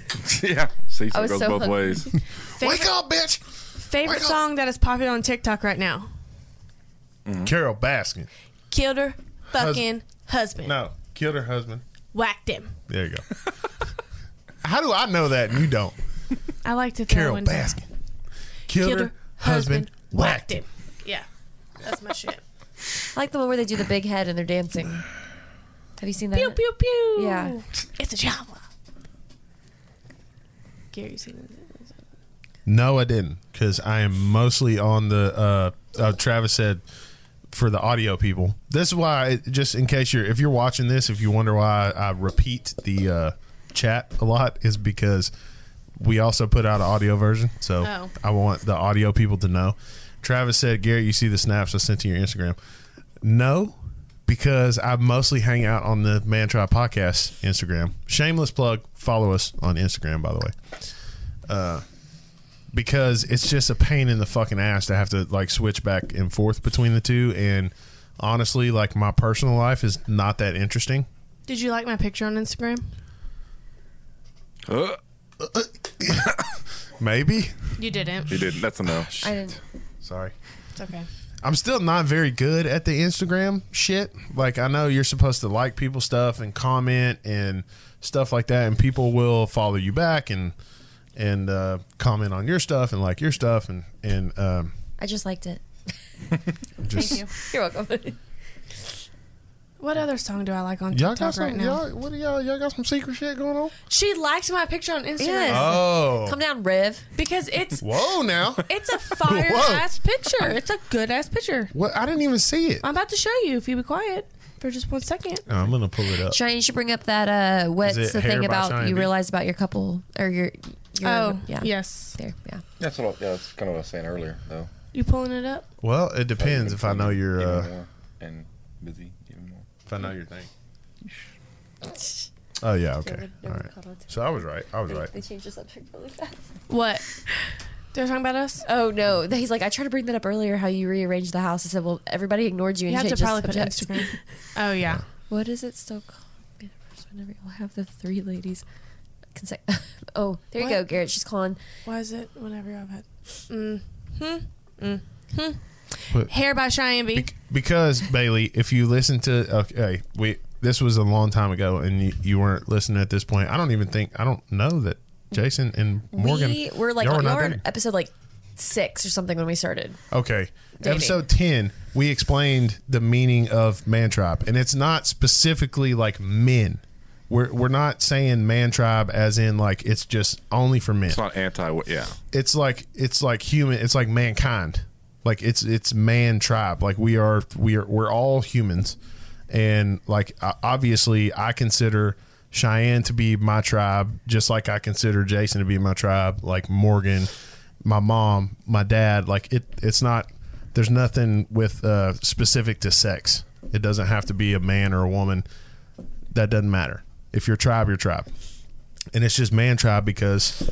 C: yeah. See, so
D: I
C: it
D: was
C: goes
D: so
C: both
D: hungry.
C: ways.
A: Wake up, bitch.
B: Favorite
A: Wake up.
B: song that is popular on TikTok right now.
A: Carol Baskin.
B: Killed her fucking husband.
A: No, Oh, killed her husband.
B: Whacked him.
A: There you go. How do I know that and you don't?
B: I like to throw
A: Carol
B: in
A: Baskin. Killed,
B: Killed
A: her husband, whacked him.
B: Yeah, that's my shit.
D: I like the one where they do the big head and they're dancing. Have you seen that?
B: pew pew pew.
D: Yeah.
B: it's a Java. Gary, you seen this?
A: No, I didn't, because I am mostly on the. Uh, uh, Travis said for the audio people. This is why, it- just in case you're, if you're watching this, if you wonder why I repeat the uh, chat a lot, is because we also put out an audio version. So
B: Oh.
A: I want the audio people to know. Travis said, Garrett, you see the snaps I sent to your Instagram. No, because I mostly hang out on the Man Tribe Podcast Instagram. Shameless plug. Follow us on Instagram, by the way. Uh, because it's just a pain in the fucking ass to have to like switch back and forth between the two, and honestly, like my personal life is not that interesting.
B: Did you like my picture on Instagram?
C: Uh,
A: Maybe.
B: You didn't.
C: you didn't. That's a no.
D: I didn't.
A: Sorry.
B: It's okay.
A: I'm still not very good at the Instagram shit. Like I know you're supposed to like people's stuff and comment and stuff like that, and people will follow you back and and uh, comment on your stuff and like your stuff and and um,
D: I just liked it.
A: just
B: you.
D: You're welcome.
B: What other song do I like on
A: all
B: TikTok
A: got some
B: right now?
A: y'all what do y'all y'all got some secret shit going on?
B: She liked my picture on Instagram
D: Yes.
A: Oh,
D: Come down, Riv.
B: because it's
A: whoa now.
B: it's a fire
A: Whoa.
B: ass picture. It's a good ass picture.
A: What I didn't even see it.
B: I'm about to show you if you be quiet for just one second.
A: I'm gonna pull it up.
D: Cheyenne, you should bring up that. Uh, what's
A: Is it
D: the
A: Hair
D: thing
A: by
D: about
A: Cheyenne
D: you
A: B?
D: realized about your couple or your? your
B: Oh,
D: yeah.
B: yes.
D: There, yeah.
C: That's what. I, yeah, that's kind of what I was saying earlier, though.
B: You pulling it up?
A: Well, it depends if I know your uh,
C: and busy even more.
A: if I know your thing. Oh yeah, okay, all right. So I was right. I was right.
D: They changed the subject really fast.
B: What? They're talking about us.
D: Oh no! He's like, I tried to bring that up earlier. How you rearranged the house? I said, well, everybody ignored you. And
B: You have to
D: changed the
B: probably put
D: subject.
B: Instagram. Oh yeah.
D: What is it still called? Be the first one to re- I'll have the three ladies. Conse- oh, there
B: What?
D: you go, Garrett. She's calling.
B: Why is it whenever I've had? Mm. Hmm. Mm. Hmm.
A: What?
B: Hair by Cheyenne B.
A: Bec- because Bailey, if you listen to okay, we this was a long time ago, and you, you weren't listening at this point. I don't even think I don't know that Jason and Morgan
D: we were like,
A: y'all
D: y'all
A: were
D: were
A: not
D: on
A: there?
D: episode like six or something when we started.
A: Okay.
D: Dating.
A: Episode 10, we explained the meaning of man tribe. And it's not specifically like men. We're, we're not saying man tribe as in like it's just only for men.
C: It's not anti. Yeah.
A: It's like it's like human, it's like mankind. Like it's it's man tribe. Like we are we are we're all humans. And like o- obviously I consider Cheyenne to be my tribe just like I consider Jason to be my tribe, like Morgan, my mom, my dad, like it it's not there's nothing with uh, specific to sex. It doesn't have to be a man or a woman. That doesn't matter. If you're tribe, you're tribe, and it's just man tribe because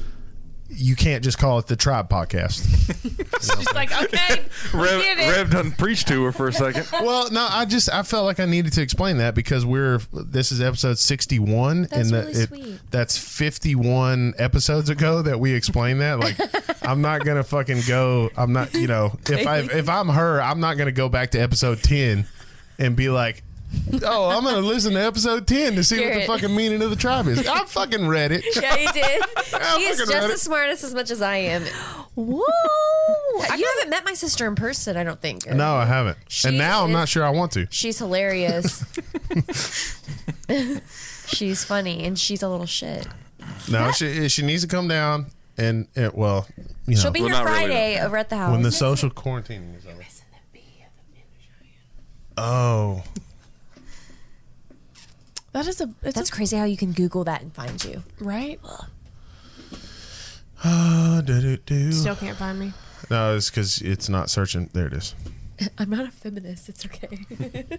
A: you can't just call it the tribe podcast.
B: She's like, okay, we
C: Rev,
B: get it.
C: Rev doesn't preach to her for a second.
A: well, no, I just I felt like I needed to explain that because we're this is episode sixty one,
D: That's
A: and the,
D: really sweet.
A: that's fifty one episodes ago that we explained that. Like, I'm not gonna fucking go. I'm not, you know, if I if I'm her, I'm not gonna go back to episode ten and be like. Oh, I'm gonna listen to episode ten to see
D: Garrett.
A: what the fucking meaning of the tribe is. I fucking read it.
D: Yeah, you did. she is
A: fucking
D: just
A: read it.
D: as smart as much as I am.
B: Whoa.
D: you haven't met my sister in person, I don't think.
A: No, I haven't.
D: She
A: and now I'm
D: is-
A: not sure I want to.
D: She's hilarious. she's funny and she's a little shit.
A: No, she she needs to come down and, and well, you know,
D: She'll be
C: Well,
D: here
C: not really,
D: Friday over at the house.
A: when the social quarantine is over. Oh,
B: That is a. It's
D: That's
B: a,
D: crazy how you can Google that and find you.
B: right.
A: uh, do, do, do.
B: Still can't find me.
A: no, it's because it's not searching. There it is.
D: I'm not a feminist. It's okay.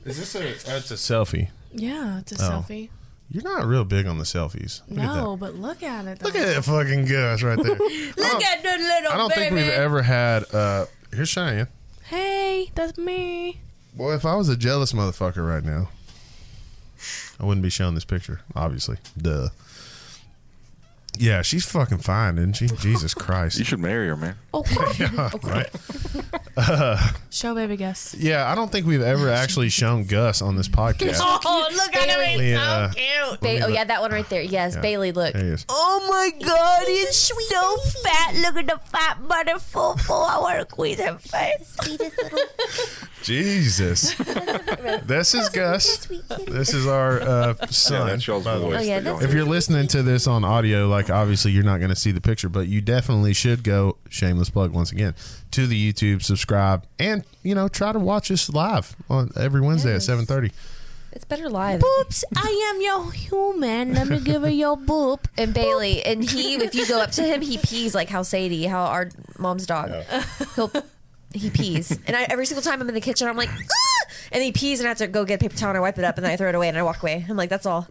A: Is this a? That's a selfie.
B: Yeah, it's a
A: Oh.
B: selfie.
A: You're not real big on the selfies. Look at
B: No,
A: that.
B: but look at it.
A: Look at that fucking gosh right there.
D: Look at the little
A: I don't think we've ever had. uh Here's Cheyenne.
B: Hey, that's me.
A: Boy, if I was a jealous motherfucker right now, I wouldn't be showing this picture. Obviously, duh. Yeah, she's fucking fine, isn't she? Jesus
C: You
A: Christ.
C: should marry her, man.
D: Okay.
A: right.
B: Show baby guess.
A: Yeah, I don't think we've ever actually shown Gus on this podcast.
B: Oh, look at him.
A: Bailey, uh,
B: cute.
D: Ba-
A: me
D: oh
A: look.
D: yeah, that one right there. Yes, Bailey. Look.
A: There he is.
E: Oh my god, he's so fat. Look at the fat butterful. Oh, I want to squeeze her face.
A: Jesus. this is Gus. This is our uh, son.
C: that's y'all's
A: by the way.
C: voice.
D: Oh yeah,
C: They don't
D: that's
A: If you're listening to this on audio, like obviously you're not going to see the picture, but you definitely should go shameless plug once again to the YouTube, subscribe, and you know try to watch us live on every Wednesday
D: Yes.
A: at 7:30.
D: it's better live.
E: Oops, I am your human. Let me give her your boop.
D: And Bailey, and he, if you go up to him, he pees like how Sadie, how our mom's dog. He'll he pees, and I, every single time I'm in the kitchen, I'm like, ah! And he pees, and I have to go get a paper towel and I wipe it up, and then I throw it away and I walk away. I'm like, that's all.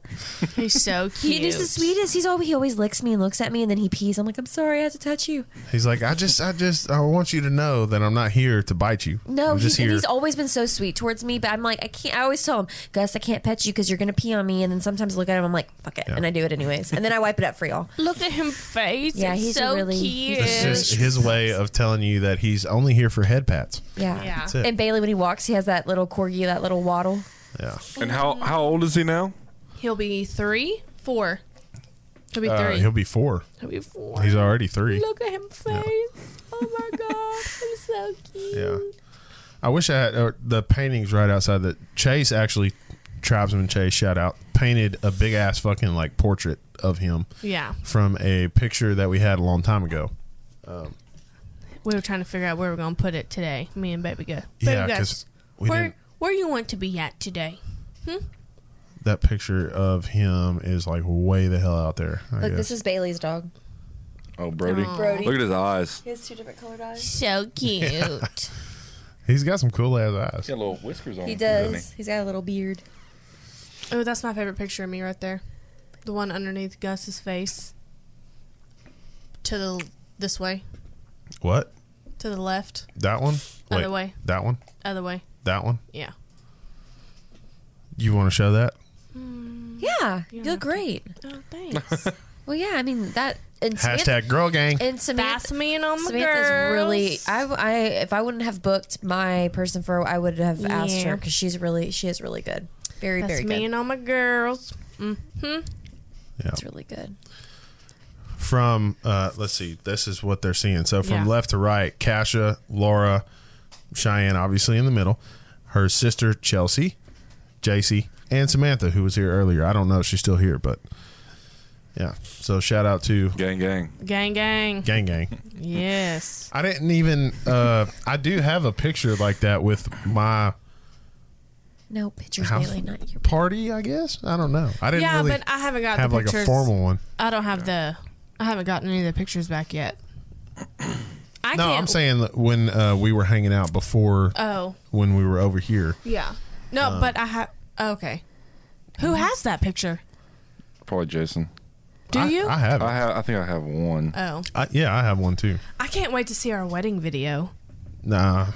B: He's so cute.
D: He's the sweetest. He's always he always licks me and looks at me, and then he pees. I'm like, I'm sorry, I had to touch you.
A: He's like, I just, I just, I want you to know that I'm not here to bite you.
D: No,
A: I'm
D: he's,
A: just
D: and
A: here.
D: he's always been so sweet towards me, but I'm like, I can't. I always tell him, Gus, I can't pet you because you're gonna pee on me, and then sometimes I look at him, I'm like, fuck it,
A: Yeah.
D: and I do it anyways, and then I wipe it up for y'all.
B: Look at him face.
D: Yeah,
B: It's
D: he's a
B: so
D: really- he's
B: cute.
D: a
A: it's just his way of telling you that he's only here for head pats.
D: Yeah.
B: Yeah. That's
A: it.
D: And Bailey, when he walks, he has that little corgi, that little waddle.
A: Yeah.
C: And how how old is he now?
B: He'll be three, four. He'll be three.
A: Uh, he'll be four.
B: he'll be four.
A: He's already three.
B: Look at him face. Oh my god, I'm so cute.
A: Yeah. I wish I had uh, the paintings right outside that Chase actually, tribesman Chase, shout out, painted a big ass fucking like portrait of him
B: Yeah,
A: from a picture that we had a long time ago.
B: we were trying to figure out where we're gonna put it today. Me and baby go.
A: Yeah,
B: Baby Gus,
A: 'cause we
B: where
A: didn't,
B: where you want to be at today?
A: that picture of him is like way the hell out there. I
D: Look,
A: guess.
D: this is Bailey's dog.
C: Oh, Brody.
D: Brody.
C: Look at his eyes.
D: He has two different colored eyes.
B: So cute.
A: He's got some cool ass eyes.
C: He's got little whiskers on.
D: He
C: him, doesn't
D: does. He's got a little beard.
B: Oh, that's my favorite picture of me right there. The one underneath Gus's face. To the this way,
A: What?
B: to the left,
A: That one?
B: Other way.
A: That one?
B: other way.
A: That one?
B: Yeah.
A: You want to show that?
D: Yeah, you
B: don't have
D: look
B: to.
D: great.
B: Oh, thanks.
D: Well, yeah, I mean that. And Samantha,
A: Hashtag girl gang.
D: and Samantha,
B: That's me and all my
D: Samantha's
B: girls.
D: really. I, I if I wouldn't have booked my person for, I would have asked
B: Yeah.
D: her because she's really she is really good. Very
B: That's
D: very
B: me
D: good.
B: and all my girls. Mm-hmm.
D: It's really good.
A: from uh, let's see, this is what they're seeing. So from
B: Yeah.
A: left to right, Kasha, Laura, Cheyenne, obviously in the middle, her sister Chelsea, JC, and Samantha, who was here earlier. I don't know if she's still here, but yeah. So shout out to
C: he? Gang, gang.
B: Gang, gang.
A: Gang Gang.
B: Yes.
A: I didn't even. Uh, I do have a picture like that with my
D: No pictures,
A: house
D: Bailey, not you.
A: party. I guess I don't know. I didn't
B: Yeah,
A: really
B: but I haven't got
A: have
B: the
A: like
B: pictures.
A: a formal one.
B: I don't have the. I haven't gotten any of the pictures back yet.
A: No,
B: I can't.
A: I'm saying that when uh, we were hanging out before
B: Oh,
A: when we were over here.
B: yeah. No,
A: Uh,
B: but I have. Okay.
A: mm-hmm.
B: Who has that picture?
C: Probably Jason.
B: Do
A: I,
B: you?
A: I have. it.
C: I have. I think I have one.
B: oh,
A: I, yeah, I have one too.
B: I can't wait to see our wedding video.
A: Nah,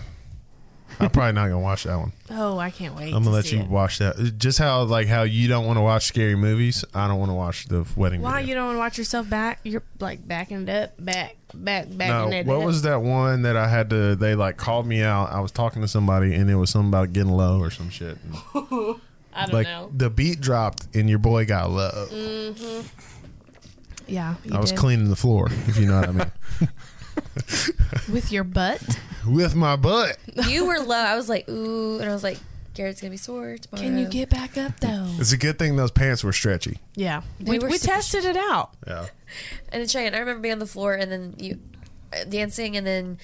A: I'm probably not gonna watch that one.
B: Oh, I can't wait.
A: I'm
B: to
A: gonna let
B: see
A: you
B: it.
A: watch that. Just how like how you don't want to watch scary movies. I don't want to watch the wedding.
B: Why
A: video.
B: you don't want to watch yourself back? You're like backing it up, back, back,
A: No,
B: backing it
A: what
B: up.
A: was that one that I had to? They like called me out. I was talking to somebody, and it was something about getting low or some shit. And,
B: I don't
A: like
B: know.
A: the beat dropped, and your boy got low.
D: Mm,
B: Yeah, you
A: I was
B: did.
A: cleaning the floor, if you know what I mean,
B: with your butt.
A: with my butt.
D: You were low. I was like, ooh, and I was like, Garrett's gonna be sore tomorrow.
B: Can you get back up though?
A: It's a good thing those pants were stretchy.
B: Yeah, we,
D: were
B: we
D: so-
B: tested it out.
A: Yeah,
D: And then Cheyenne, I remember being on the floor and then you uh, dancing and then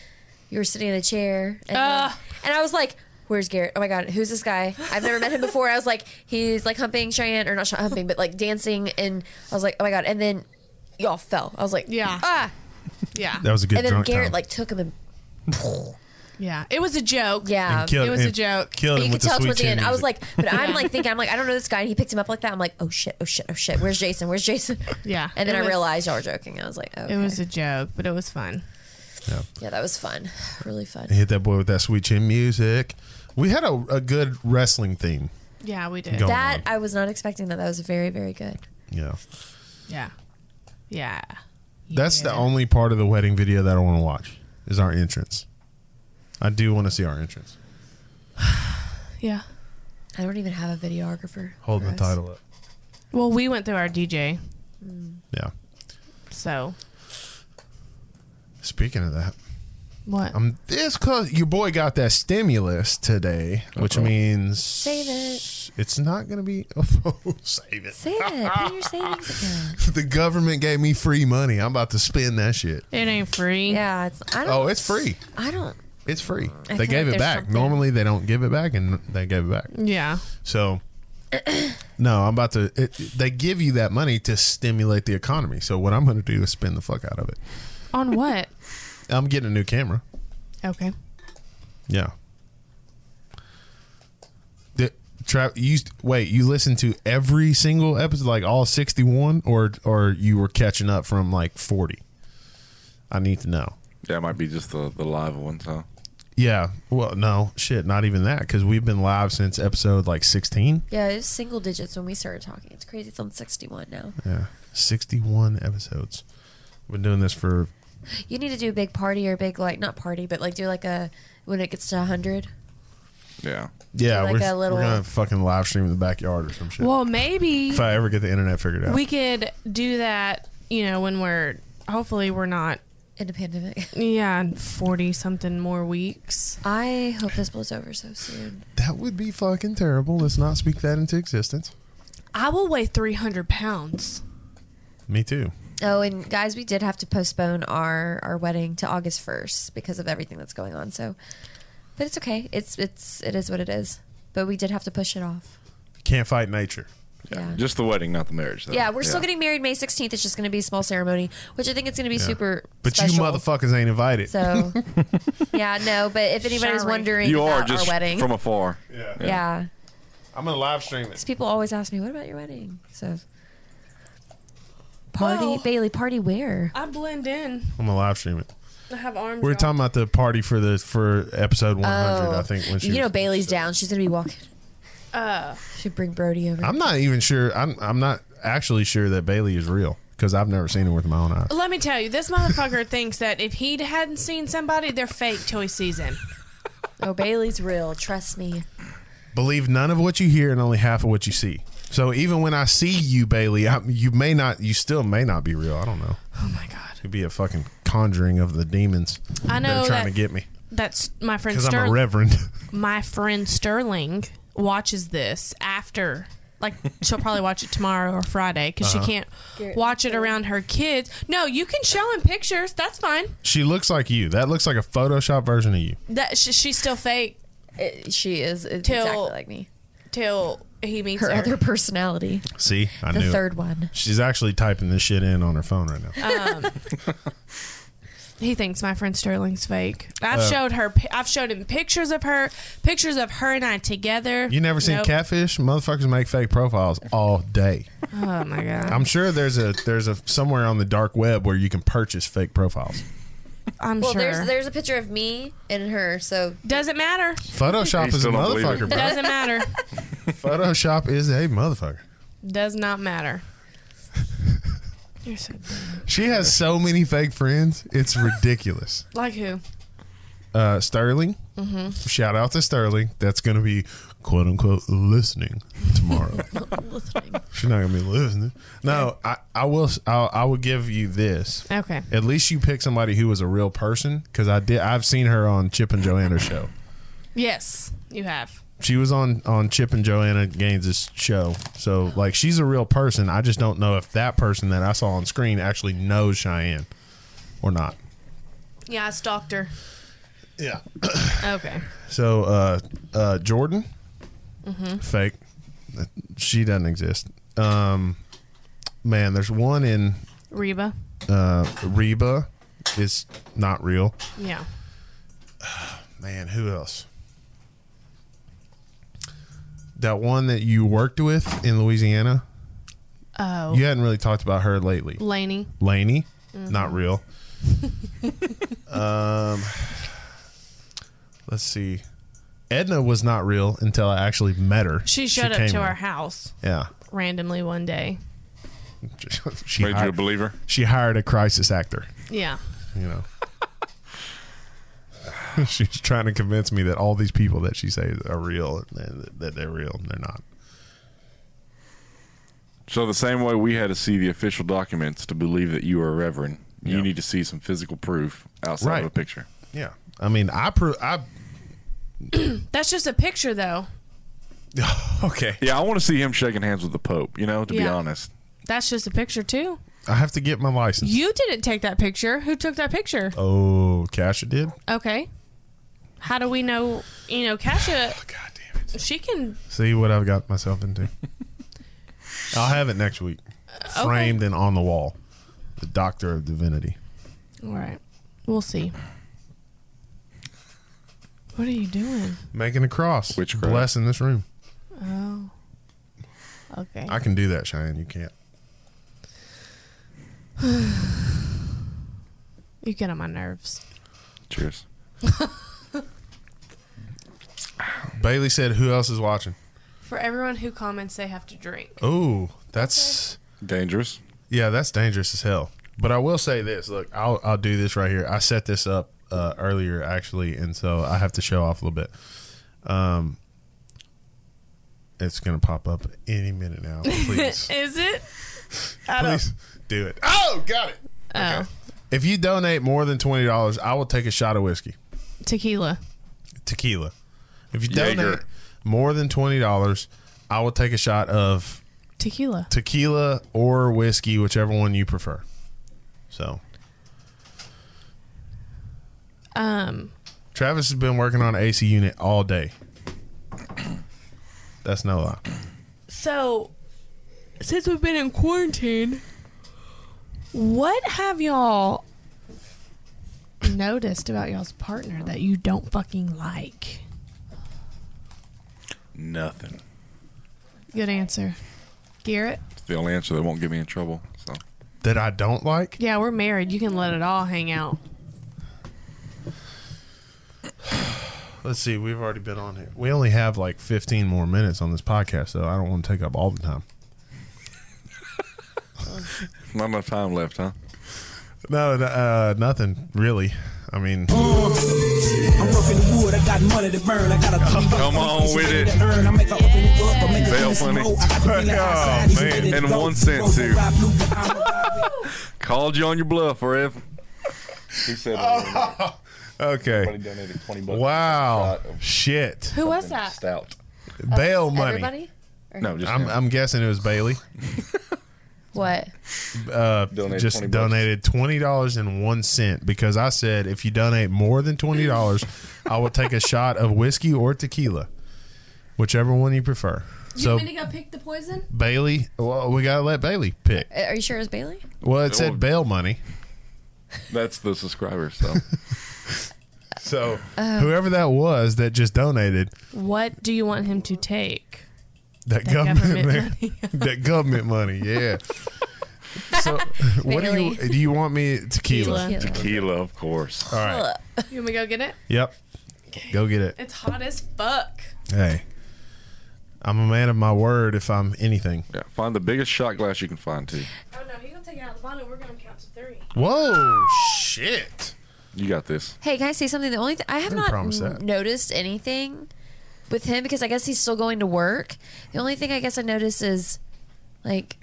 D: you were sitting in a chair. And, uh,
B: Ah.
D: and I was like, where's Garrett? Oh my God, who's this guy? I've never met him before. I was like, he's like humping Cheyenne, or not sh- humping, but like dancing. And I was like, oh my God. And then y'all fell. I was like,
B: Yeah.
D: Ah.
B: Yeah,
A: that was a good.
D: And then
A: drunk
D: Garrett
A: time.
D: like took him and
B: yeah. It was a joke.
D: yeah.
A: Killed-
B: it was a
A: Oh, and
B: joke.
A: Killed him
D: But you could
A: with the
D: tell
A: sweet
D: towards the
A: chin
D: end. I was
A: music.
D: like, but I'm like thinking, I'm like, I don't know this guy. And he picked him up like that. I'm like, oh shit, oh shit, oh shit. Where's Jason? Where's Jason?
B: Yeah,
D: And then
B: it
D: I
B: was-
D: realized y'all were joking. I was like, okay.
B: It was a joke, but it was fun.
D: yeah, that was fun. Really fun.
A: hit that boy with that sweet chin music. We had a, a good wrestling theme.
B: Yeah, we did.
A: Go.
D: That
A: on.
D: I was not expecting that. That was very, very good.
A: Yeah.
B: Yeah, yeah.
A: That's the
B: Yeah.
A: only part of the wedding video that I want to watch is our entrance. I do want to see our entrance.
B: Yeah.
D: I don't even have a videographer.
A: Holding
D: for
A: the
D: us.
A: title up.
B: Well, we went through our DJ,
A: Yeah.
B: so
A: Speaking of that,
B: what?
A: I'm this close. Your boy got that stimulus today, which
C: Uh-oh.
A: means
D: Save it.
A: It's not going to be oh, save it.
D: Save it. Put it in your savings account.
A: The government gave me free money. I'm about to spend that shit.
B: it ain't free.
D: Yeah, it's, I don't.
A: Oh, it's free.
D: I don't.
A: It's free.
D: I
A: they
D: feel
A: gave it
D: like there's
A: back.
D: something-
A: Normally they don't give it back, and they gave it back.
B: Yeah.
A: So, no, I'm about to. It, they give you that money to stimulate the economy. So what I'm going to do is spend the fuck out of it.
B: On what?
A: I'm getting a new camera.
B: okay.
A: Yeah. Trap, you wait. You listened to every single episode, like all sixty-one, or or you were catching up from like forty. I need to know.
C: Yeah, it might be just the, the live ones, huh?
A: Yeah. Well, no shit, not even that because we've been live since episode like sixteen.
D: Yeah, it was single digits when we started talking. It's crazy. It's on 61 now.
A: Yeah, sixty-one episodes. Been doing this for
D: You need to do a big party or a big, like, not party, but like do like a, when it gets to 100.
C: Yeah.
A: yeah.
D: Like
A: we're,
D: a little-
A: we're gonna fucking live stream in the backyard or some shit.
B: Well, maybe
A: if I ever get the internet figured out.
B: we could do that. You know, when we're hopefully we're not
D: In a pandemic.
B: yeah in forty something more weeks.
D: I hope this blows over so soon.
A: that would be fucking terrible. Let's not speak that into existence.
B: I will weigh three hundred pounds.
A: Me too.
D: Oh, and guys, we did have to postpone our our wedding to August 1st because of everything that's going on. So, but it's okay. It's it's it is what it is. But we did have to push it off.
A: Can't fight nature.
D: Yeah.
C: Just the wedding, not the marriage. Though.
D: Yeah, we're still getting married May 16th. It's just going to be a small ceremony, which I think it's going to be super
A: But you
D: special.
A: motherfuckers ain't invited.
D: So, yeah, no, but if anybody's
B: Sorry.
D: wondering
C: You are
D: about
C: just
D: our wedding.
C: from afar.
A: yeah.
D: yeah.
A: I'm gonna live stream it.
D: Because people always ask me, "What about your wedding?" So Party
B: Well-
D: Bailey, party where?
B: I blend in.
A: I'm gonna live stream it.
B: I have arms.
A: We were
B: out.
A: talking about the party for the for episode 100. I think when she
D: Oh, you know
A: was-
D: Bailey's down. She's gonna be walking.
B: Uh,
D: Should bring Brody over.
A: I'm not even sure. I'm I'm not actually sure that Bailey is real because I've never seen her with my own eyes.
B: let me tell you, this motherfucker thinks that if he hadn't seen somebody, they're fake till he sees him.
D: oh, Bailey's real. Trust me.
A: Believe none of what you hear and only half of what you see. So even when I see you, Bailey, I, you may not, you still may not be real. I don't know.
B: Oh my god.
A: It'd be a fucking conjuring of the demons.
B: I
A: that
B: know
A: are trying
B: that-
A: to get me
B: That's my friend
A: because I'm a
B: Sterling.
A: reverend.
B: my friend Sterling watches this after. Like she'll probably watch it tomorrow or Friday because
A: Uh-huh.
B: she can't watch it around her kids. No, you can show him pictures. That's fine.
A: she looks like you. That looks like a Photoshop version of you.
B: That sh- she's still fake
D: It- she is
B: Till-
D: exactly like me.
B: till he meets
D: Her
B: her.
D: other personality,
A: See, I
D: the
A: knew. it.
D: third one.
A: She's actually typing this shit in on her phone right now.
B: Uh, He thinks my friend Sterling's fake. I've
A: Uh.
B: showed her. pi- I've showed him pictures of her, pictures of her and I together.
A: You never seen
B: Nope.
A: catfish? Motherfuckers make fake profiles all day.
B: Oh my god! I'm,
A: I'm sure there's a there's a somewhere on the dark web where you can purchase fake profiles.
D: Well,
B: sure.
D: there's there's a picture of me and her. So
B: Doesn't matter.
A: Photoshop
C: You
A: is a
C: still don't believe
A: motherfucker, bro.
C: it.
B: Doesn't matter.
A: Photoshop is a motherfucker.
B: Does not matter. You're so
A: She has so many fake friends. It's ridiculous.
B: like who?
A: Uh, Sterling, shout out to Sterling. That's going to be quote unquote listening tomorrow. She's not going to be listening. No, I, I will. s- I'll, I will give you this.
B: Okay.
A: At least you picked somebody who was a real person because I did. I've seen her on Chip and Joanna's show.
B: Yes, you have.
A: She was on on Chip and Joanna Gaines' show, so like she's a real person. I just don't know if that person that I saw on screen actually knows Cheyenne or not.
B: Yeah, I stalked her.
A: Yeah.
B: Okay.
A: So uh, uh, Jordan, fake. She doesn't exist. Um, man, there's one in
B: Reba.
A: uh, Reba. It's not real.
B: Yeah.
A: Man, who else? That one that you worked with in Louisiana.
B: Oh.
A: You hadn't really talked about her lately.
B: Laney.
A: Laney,
B: Mm-hmm.
A: not real. um, let's see. Edna was not real until I actually met her.
B: She showed up
A: came
B: to
A: in.
B: our house
A: Yeah.
B: randomly one day.
A: she,
C: Made you a
A: hired,
C: believer?
A: she hired a crisis actor,
B: Yeah.
A: you know. She's trying to convince me that all these people that she says are real, that that they're real, and they're not.
C: So the same way we had to see the official documents to believe that you are a reverend,
A: Yeah.
C: you need to see some physical proof outside
A: Right.
C: of a picture.
A: Yeah, I mean, I pro- I
B: That's just a picture though.
A: okay.
C: Yeah, I want to see him shaking hands with the Pope. You know, to be
B: Yeah.
C: honest,
B: That's just a picture too.
A: I have to get my license.
B: You didn't take that picture. Who took that picture?
A: oh, Kasha did.
B: Okay. How do we know? You know, Kasia,
A: God damn it!
B: she can.
A: See what I've got myself into. I'll have it next week, framed and on the wall. The Doctor of Divinity.
B: All right. We'll see. What are you doing?
A: Making a cross.
C: Witchcraft.
A: Blessing this room.
B: Oh.
D: Okay.
A: I can do that, Cheyenne. You can't.
B: You get on my nerves.
C: Cheers.
A: Bailey said, "Who else is watching?"
B: For everyone who comments, they have to drink.
A: Ooh, that's
C: Dangerous.
A: yeah, that's dangerous as hell. But I will say this: look, I'll I'll do this right here. I set this up uh, earlier actually, and so I have to show off a little bit. Um, it's gonna pop up any minute now. Please,
B: Is it? I don't.
A: please do it. Oh, got it.
B: Oh,
A: If you donate more than twenty dollars, I will take a shot of whiskey.
B: tequila.
A: tequila. If you
C: Jaeger.
A: donate more than twenty dollars, I will take a shot of
B: Tequila.
A: tequila or whiskey, whichever one you prefer. So,
B: Um,
A: Travis has been working on AC unit all day. That's no lie.
B: So, since we've been in quarantine, what have y'all noticed about y'all's partner that you don't fucking like?
C: Nothing.
B: Good answer. Garrett?
C: It's the only answer that won't get me in trouble. So
A: That I don't like.
B: Yeah, we're married. You can let it all hang out.
A: Let's see. We've already been on here. We only have like fifteen more minutes on this podcast, so I don't want to take up all the time.
C: not enough time left, huh?
A: No, uh, nothing really. I mean,
F: I'm roughing the wood, I got money to burn. I got a
C: Come on with it.
F: Earn. I make a open it up, I make a
C: Bail
F: business
C: money.
F: mode. I got the feeling
A: Oh,
F: outside, you
A: man.
F: ready to
C: And
F: go.
C: one cent,
F: Roll the
C: too.
F: rock, blue, but I'm a rock,
C: Called you on your bluff, Rev. He said oh.
A: okay.
C: donated twenty bucks.
A: Wow. Shit.
B: Who was that?
C: Stout.
A: Bail money.
D: Everybody?
C: No, just
A: I'm, I'm guessing it was Bailey.
D: What?
A: Uh,
C: Donated
A: just
C: 20 bucks.
A: donated twenty dollars and one cent because I said if you donate more than twenty dollars, I will take a shot of whiskey or tequila, whichever one you prefer. so
B: go pick the poison?
A: Bailey, well, we gotta let Bailey pick.
D: Uh, Are you sure it was Bailey?
A: Well, it
C: Well-
A: said bail money,
C: That's the subscriber. So
A: so whoever that was that just donated
B: What do you want him to take?
A: that,
B: government
A: government, money. that government money, yeah. so what do you
D: Bailey.
A: do? You want me tequila?
B: Tequila.
C: tequila, of course.
A: All right.
B: You want me to go get it?
A: Yep. Go get it.
B: It's hot as fuck.
A: Hey, I'm a man of my word if I'm anything.
C: Yeah, find the biggest shot glass you can find too.
B: Oh no, he's gonna take it out of the bottle. We're gonna count to three.
A: Whoa, shit.
C: You got this.
D: Hey, can I say something? The only th- I have
A: Didn't
D: not
A: promise that.
D: n- noticed anything with him because I guess he's still going to work. The only thing I guess I notice is like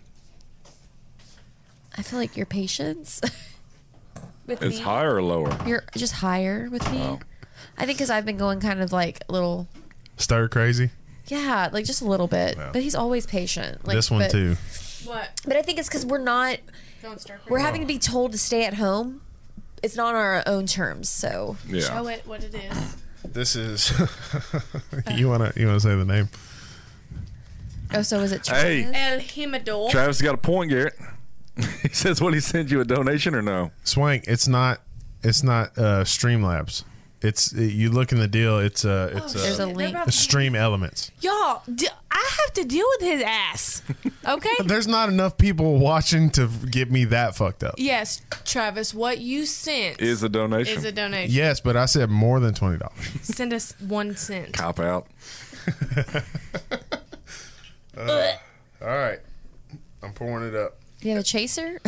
D: I feel like your patience with
C: It's
D: me.
C: higher or lower?
D: You're just higher with me.
C: Wow.
D: I think because I've been going kind of like a little,
A: Stir crazy.
D: yeah, like just a little bit.
A: Yeah.
D: But he's always patient. Like,
A: this one
D: but-
A: too.
B: What?
D: But I think it's because we're not
B: Don't stir.
D: we're having to be told to stay at home. It's not on our own terms, so
C: Yeah.
B: Show it what it is.
A: This is you wanna you wanna say the name?
D: oh, so is it?
C: Hey.
D: Travis?
B: El Himador.
C: Travis got a point, Garrett. he says, "What he sent you a donation or no?"
A: Swank. It's not. It's not uh, Streamlabs. It's you look in the deal. It's uh it's
D: Oh, There's
A: uh,
D: a link.
A: Stream Elements.
B: Y'all, d- I have to deal with his ass. Okay?
A: There's not enough people watching to get me that fucked up.
B: yes, Travis, what you sent
C: Is a donation.
B: is a donation.
A: Yes, but I said more than twenty dollars.
B: Send us one cent.
C: Cop out.
A: Uh, All right, I'm pouring it up.
D: You have a chaser?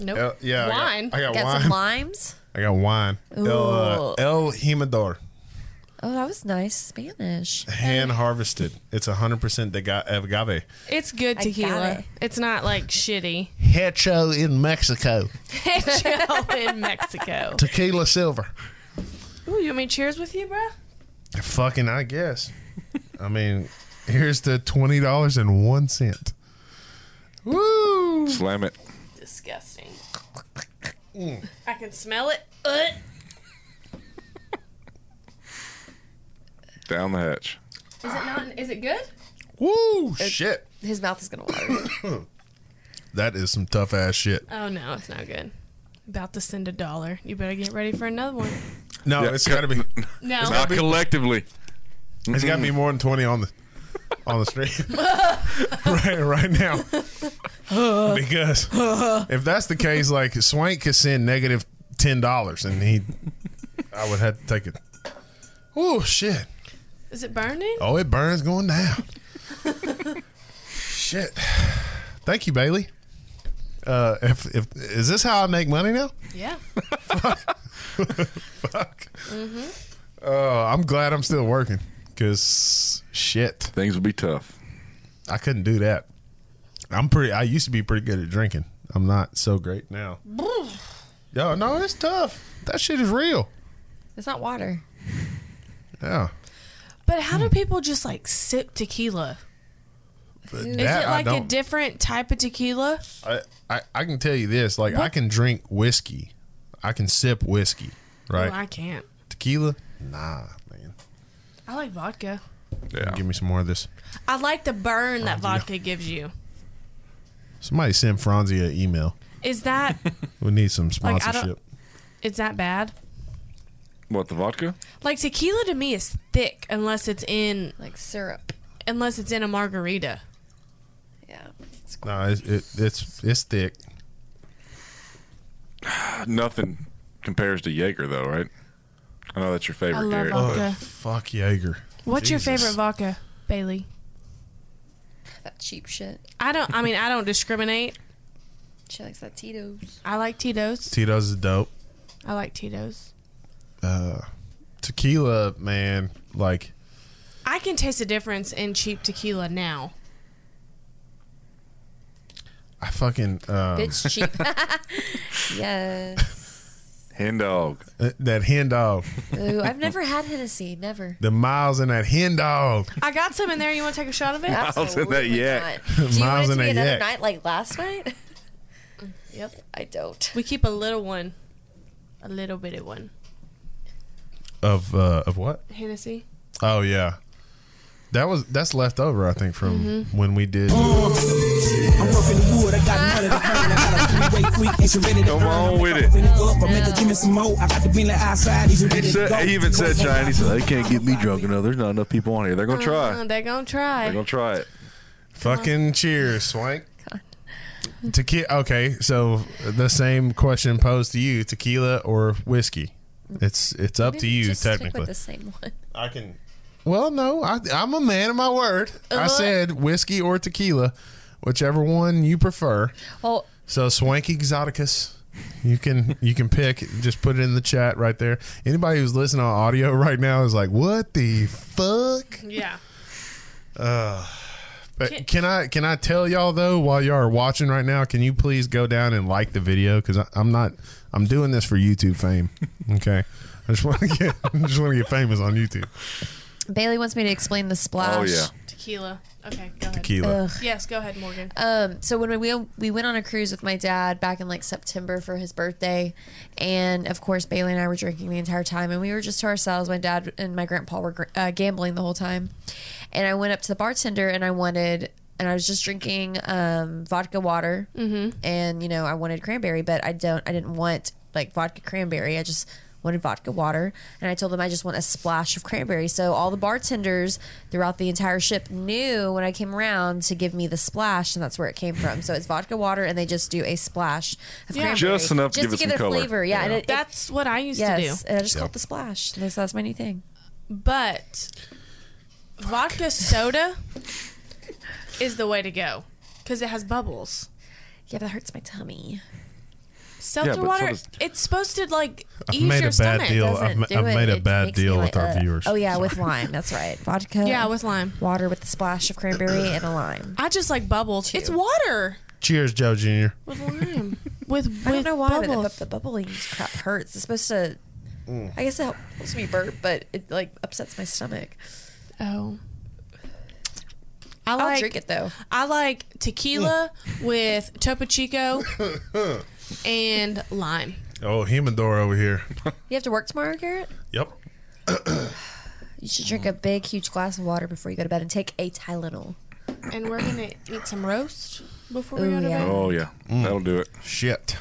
B: Nope.
A: Uh, yeah,
B: Wine.
A: I got, I got
D: Got
A: wine.
D: some limes?
A: I got wine. El, uh,
D: Ooh.
A: El Himador,
D: Oh, that was nice Spanish.
A: hand harvested. It's 100% de ga- agave.
B: It's good
D: I got
B: tequila.
D: it.
B: It's not like shitty.
A: Hecho in Mexico.
B: Hecho in Mexico.
A: Tequila silver.
B: Ooh, you want me to cheers with you, bro?
A: Fucking, I guess. I mean, here's the $20.01. Woo!
C: Slam it.
B: Disgusting. I can smell it. Uh, Ugh.
C: Down the hatch.
B: Is it not? Is it good?
A: Woo! Shit.
D: His mouth is gonna water.
A: That is some tough ass shit.
B: Oh no, it's not good. About to send a dollar. You better get ready for another one.
A: No, it's got to be.
B: No.
C: Not collectively.
A: It's got to be more than 20 on the. on the street right right now because if that's the case, like Swank could send negative ten dollars, and he, I would have to take it. Oh shit!
B: Is it burning?
A: Oh, it burns going down. shit! Thank you, Bailey. Uh, if if is this how I make money now?
B: Yeah.
A: Fuck. Oh, I'm glad I'm still working because shit,
C: Things will be tough.
A: I couldn't do that. I'm pretty. I used to be pretty good at drinking. I'm not so great now. Yo, no, it's tough. That shit is real.
D: It's not water.
A: Yeah.
B: But how do people just like sip tequila?
A: But
B: Is
A: that
B: it
A: I
B: like a
A: don't-
B: different type of tequila?
A: I, I, I can tell you this. Like, I can drink whiskey. I can sip whiskey. Right.
B: Oh, I can't.
A: Tequila? Nah, man.
B: I like vodka.
C: Yeah.
A: Give me some more of this.
B: I like the burn that vodka gives you.
A: Somebody send Franzi an email.
B: Is that
A: We need some
B: Like, I
A: sponsorship.
B: don't- is that bad?
C: What the vodka?
B: Like tequila to me is thick unless it's in
D: Like syrup.
B: unless it's in a margarita.
D: Yeah.
A: No, it's, it, it's it's thick.
C: Uh, Nothing compares to Jaeger though, right? I know that's your favorite,
B: love
C: Garrett.
B: vodka. Okay.
A: Fuck Jaeger.
B: What's your
A: Jesus.
B: favorite vodka, Bailey?
D: That cheap shit.
B: I don't. I mean, I don't discriminate.
D: She likes that Tito's.
B: I like Tito's.
A: Tito's is dope.
B: I like Tito's.
A: Uh, tequila, man. Like,
B: I can taste a difference in cheap tequila now.
A: I fucking uh,
D: Bitch cheap. yes.
C: Hen dog.
A: uh, that hen dog.
D: Ooh, I've never had Hennessy. Never.
A: The miles in that hen dog.
B: I got some in there. You want to take a shot of it?
C: Miles in that
D: Absolutely
C: yak.
D: not. Do
A: Miles
D: you want it
A: in
D: to be
A: that
D: another
A: yak.
D: night like last night? yep. I don't.
B: We keep a little one, a little bitty one.
A: Of uh, of what?
B: Hennessy.
A: Oh yeah, that was that's left over I think from
D: Mm-hmm.
A: when we did.
F: I'm rough in the wood, I got money to earn. I got a three-way freak, and she ready to
C: Come
F: burn.
C: on
F: I'm
C: with
F: up
C: it.
F: in the up, I'm making- give me some more. I got the green light outside, he's
C: He
F: ready to
C: said,
F: go.
C: he even said,
F: Go
C: Shine, he
F: ahead,
C: said, they can't get me drunk enough. There's not enough people on here. They're going to
B: Uh,
C: try.
B: they're gonna
C: They're
B: try.
C: going to try it.
A: Fucking cheers, Swank. Tequila. Okay, so the same question posed to you: tequila or whiskey? It's it's up to you
D: Just Stick with
A: technically.
D: the same one.
A: I can. Well, no, I, I'm a man of my word. I said whiskey or tequila, whichever one you prefer.
D: Well,
A: So Swank Exoticus. You can you can pick. Just put it in the chat right there. Anybody who's listening on audio right now is like, "What the fuck?"
B: Yeah.
A: But can I can I tell y'all though while y'all are watching right now? Can you please go down and like the video because I'm not I'm doing this for YouTube fame. Okay, I just want to get I just want to get famous on YouTube.
D: Bailey wants me to explain the splash.
C: Oh, yeah.
B: Tequila. Okay. Go ahead.
A: Tequila.
B: Yes. Go ahead, Morgan.
D: Um, so when we we went on a cruise with my dad back in like September for his birthday, and of course Bailey and I were drinking the entire time, and we were just to ourselves. My dad and my grandpa were gr- uh, gambling the whole time, and I went up to the bartender and I wanted, and I was just drinking um, vodka water, and you know I wanted cranberry, but I don't, I didn't want like vodka cranberry. I just wanted vodka water and I told them I just want a splash of cranberry. So all the bartenders throughout the entire ship knew when I came around to give me the splash and that's where it came from. So it's vodka water and they just do a splash of
B: Yeah.
D: cranberry.
C: Just enough to give it some
D: their
C: color.
D: flavor. Yeah, and
C: Yeah.
D: it, it,
B: That's what I used
D: yes,
B: to
D: and I just call
A: Yep.
D: it the splash. And so that's my new thing.
B: do. But vodka soda is the way to go because it has bubbles.
D: Yeah, but that hurts my tummy.
B: Seltzer
C: but
B: water.
C: soda's-
B: it's supposed to like
A: I've
B: ease
A: made
B: your
A: a bad
B: stomach.
A: deal.
D: Doesn't
A: I've, ma-
D: do
A: I've
D: it.
A: made a
D: It
A: bad
D: makes me
A: deal
D: like,
A: with our
D: uh,
A: viewers.
D: Oh yeah, with lime. That's right. Vodka.
B: Yeah, with lime.
D: water with the splash of cranberry and a lime.
B: I just like bubbles. It's water
A: Cheers, Joe Junior.
B: with lime. with with
D: I don't know why, but the,
B: bubbles.
D: bu- the bubbling crap hurts. It's supposed to.
A: Mm.
D: I guess it helps me burp, but it like upsets my stomach.
B: oh. I
D: I'll
B: like
D: drink it though.
B: I like tequila with Topo Chico and lime.
A: Oh, humidor over here.
D: You have to work tomorrow, Garrett.
A: Yep.
D: You should drink a big, huge glass of water before you go to bed and take a Tylenol.
B: And we're gonna eat some roast before we
D: Ooh,
B: go to
D: yeah.
B: bed.
C: Oh, yeah. That'll do it.
A: Shit.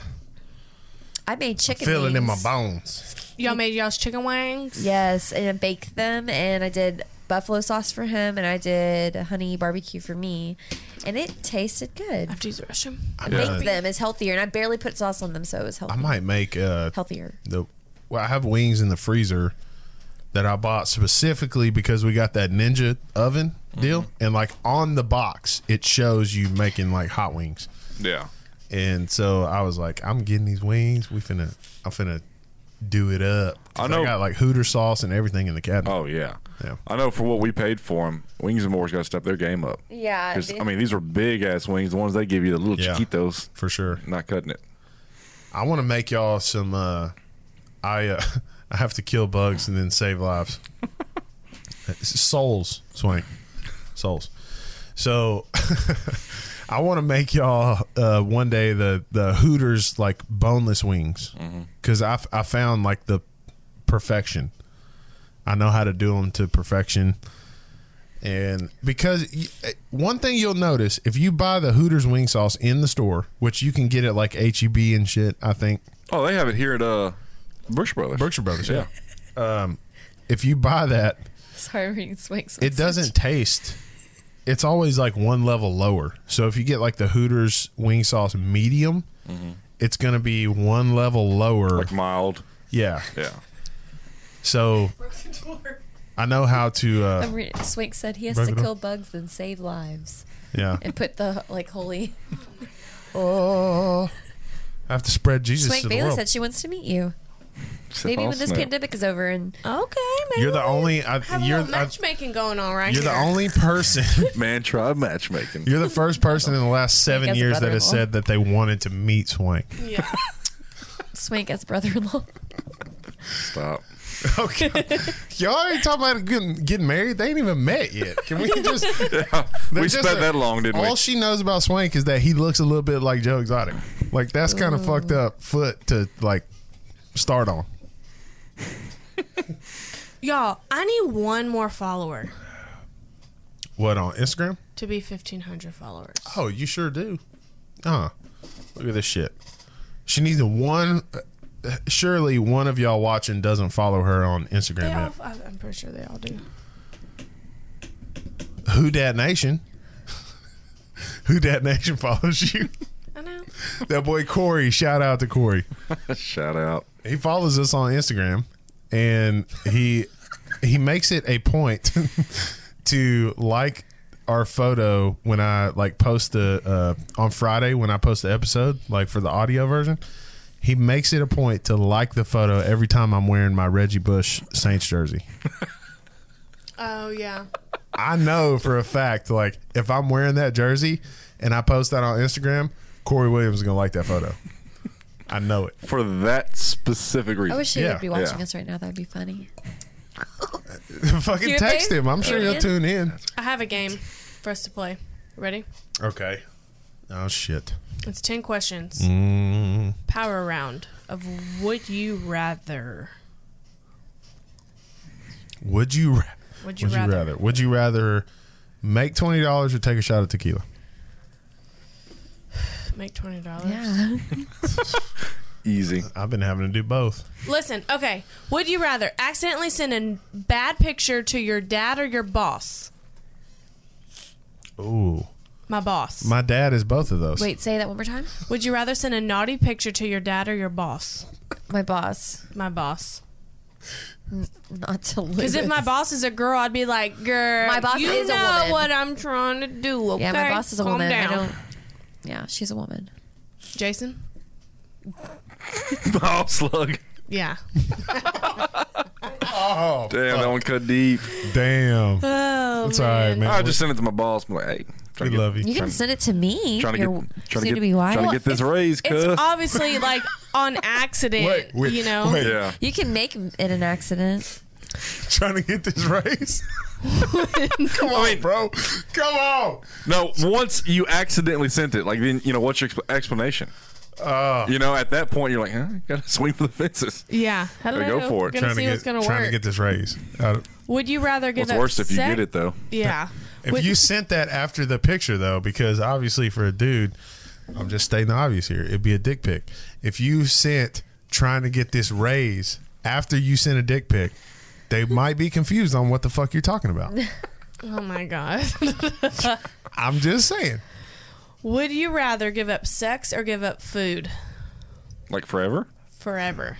D: I made chicken
A: Feeling in my
D: wings.
A: bones.
B: Y'all made y'all's chicken wings.
D: Yes, and I baked them, and I did buffalo sauce for him, and I did honey barbecue for me, and it tasted good.
B: I have to use the restroom.
A: I,
D: Baked
A: might,
D: them is healthier, and I barely put sauce on them, so it was healthy,
A: I might make uh,
D: healthier.
A: the. Well, I have wings in the freezer that I bought specifically because we got that Ninja oven deal, and like on the box it shows you making like hot wings,
C: Yeah.
A: and so I was like, I'm getting these wings. We finna, I'm finna do it up. 'Cause
C: I know-
A: I got like Hooter sauce and everything in the cabinet.
C: Oh yeah.
A: Yeah.
C: I know for what we paid for them, Wings and More's got to step their game up.
D: Yeah,
C: 'Cause,
D: dude.
C: I mean, these are big ass wings. The ones they give you, the little
A: Yeah.
C: chiquitos.
A: for sure.
C: Not cutting it.
A: I want to make y'all some. Uh, I uh, I have to kill bugs and then save lives. Souls, Swank, souls. So I want to make y'all uh, one day the the Hooters like boneless wings because I f- I found like the perfection. I know how to do them to perfection. And because y- eh, one thing you'll notice if you buy the Hooters wing sauce in the store, which you can get at like HEB and shit, I think
C: Oh, they have it here at uh, Brooks Brothers.
A: Berkshire Brothers.
C: Yeah. Um,
A: If you buy that,
D: Sorry, I'm reading Swank's.
A: it doesn't taste. It's always like one level lower. So if you get like the Hooters wing sauce medium, it's going to be one level lower.
C: Mm-hmm. Like mild.
A: yeah.
C: Yeah.
A: So I know how to. Uh,
D: I'm re- Swink said he has
A: Break
D: to
A: it up.
D: kill bugs and save lives,
A: yeah.
D: and put the like holy.
A: Oh. I have to spread Jesus
D: Swank
A: to the
D: Bailey
A: world.
D: said she wants to meet you.
C: Sip
D: Maybe
C: on
D: when this
C: snap.
D: pandemic is over, and
B: Okay, man.
A: you're the only. I,
B: Have
A: you're
B: a little
A: I-
B: matchmaking going on right
A: you're
B: here.
A: the only person.
C: Man, try matchmaking.
A: You're the first person in the last seven
D: as a
A: years that has
D: brother-in-law.
A: said that they wanted to meet Swank.
B: Yeah.
D: Swank as brother-in-law.
C: Stop.
A: Okay. Y'all already talking about getting, getting married. They ain't even met yet. Can we just?
C: we
A: just
C: spent
A: a-
C: that long, didn't
A: all
C: we?
A: she knows about Swank is that he looks a little bit like Joe Exotic. Like that's kind of fucked up foot to like start on.
B: Y'all, I need one more follower
A: What on Instagram?
B: to be 1,500 followers.
A: Oh, you sure do. Huh. Look at this shit. She needs a one. uh, Surely one of y'all watching doesn't follow her on Instagram
B: They all,
A: yet.
B: I- I'm pretty sure they all do.
A: Who Dat Nation? Who Dat Nation follows you?
B: I know.
A: that boy Corey. Shout out to Corey.
C: Shout out.
A: He follows us on Instagram, and he he makes it a point to like our photo when I like post the uh, on Friday when I post the episode, like for the audio version. He makes it a point to like the photo every time I'm wearing my Reggie Bush Saints jersey.
B: Oh, yeah.
A: I know for a fact, like if I'm wearing that jersey and I post that on Instagram, Corey Williams is gonna like that photo. I know it.
C: For that specific
D: I
C: reason.
D: wish he
A: Yeah.
D: would be watching
C: Yeah.
D: us right now. That'd be funny.
A: Fucking
D: Your
A: text
D: face?
A: him. I'm sure
D: Yeah.
A: he'll tune in.
B: I have a game for us to play. Ready?
A: Okay. Oh shit.
B: It's 10 questions.
A: Mm-hmm.
B: Power round of would you rather?
A: Would you? ra-
B: Would you rather?
A: Would you rather make twenty dollars or take a shot of tequila?
B: Make $20.
D: Yeah.
C: Easy.
A: I've been having to do both.
B: Listen, okay. Would you rather accidentally send a bad picture to your dad or your boss?
A: Ooh.
B: My boss.
A: My dad is both of those.
D: Wait, say that one more time.
B: Would you rather send a naughty picture to your dad or your boss?
D: My boss,
B: My boss.
D: not to lose.
B: Because if my boss is a girl, I'd be like, girl,
D: My boss
B: you
D: is a
B: know
D: woman."
B: what I'm trying to do. Okay?
D: yeah, my boss is a
B: Calm
D: woman.
B: Down.
D: I don't. Yeah, she's a woman.
B: Jason?
C: oh, slug.
B: Yeah.
A: Oh
C: Damn, that one cut deep.
A: damn.
B: Oh,
A: It's all right, man.
C: I just sent it to my boss. I'm like, hey,
A: we
C: trying to get,
A: love you.
D: You can send it to me.
C: trying to
D: You're
C: get, trying to
D: soon
C: get,
D: be wife.
C: trying to get this raise,
B: It's
C: cuz.
B: obviously like on accident,
A: Wait, wait,
B: you know?
A: wait.
C: Yeah.
D: You can make it an accident.
A: Trying to get this raise. Come on, bro. Come on.
C: No, once you accidentally sent it, like then you know what's your exp- explanation?
A: Oh.
C: You know, at that point you're like, huh, gotta swing for the fences.
B: Yeah. How did
C: Gotta
B: I
C: go
B: know?
C: for it.
B: Gonna
A: Trying
B: see
A: to get
B: what's gonna
A: trying
B: work.
A: to get this raise. Uh, I don't-
B: Would you rather give
C: What's
B: up
C: worse if you
B: sex-
C: get it though?
B: Yeah.
A: If
B: Would-
A: you sent that after the picture, though, because obviously for a dude, I'm just stating the obvious here, it'd be a dick pic. If you sent trying to get this raise after you sent a dick pic, they might be confused on what the fuck you're talking about.
B: Oh my god.
A: I'm just saying.
B: Would you rather give up sex or give up food
C: Like forever?
B: forever?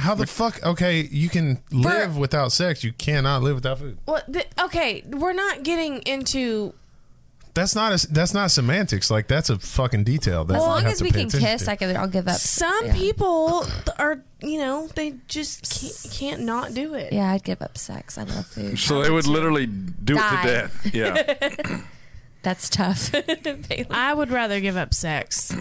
A: How the fuck? Okay, you can live without sex. You cannot live without food.
B: Well, th- okay, we're not getting into.
A: That's not a, that's not semantics. Like that's a fucking detail. That
D: As
A: you
D: long
A: have
D: as
A: to
D: we
A: pay
D: can
A: attention
D: kiss,
A: to.
D: I could, I'll give up.
B: Some
D: yeah.
B: people are, you know, they just can't, can't not do it.
D: Yeah, I'd give up sex. I love food.
C: So they would literally do
D: Die.
C: it to death. Yeah.
D: That's tough. Bailey.
B: I would rather give up sex.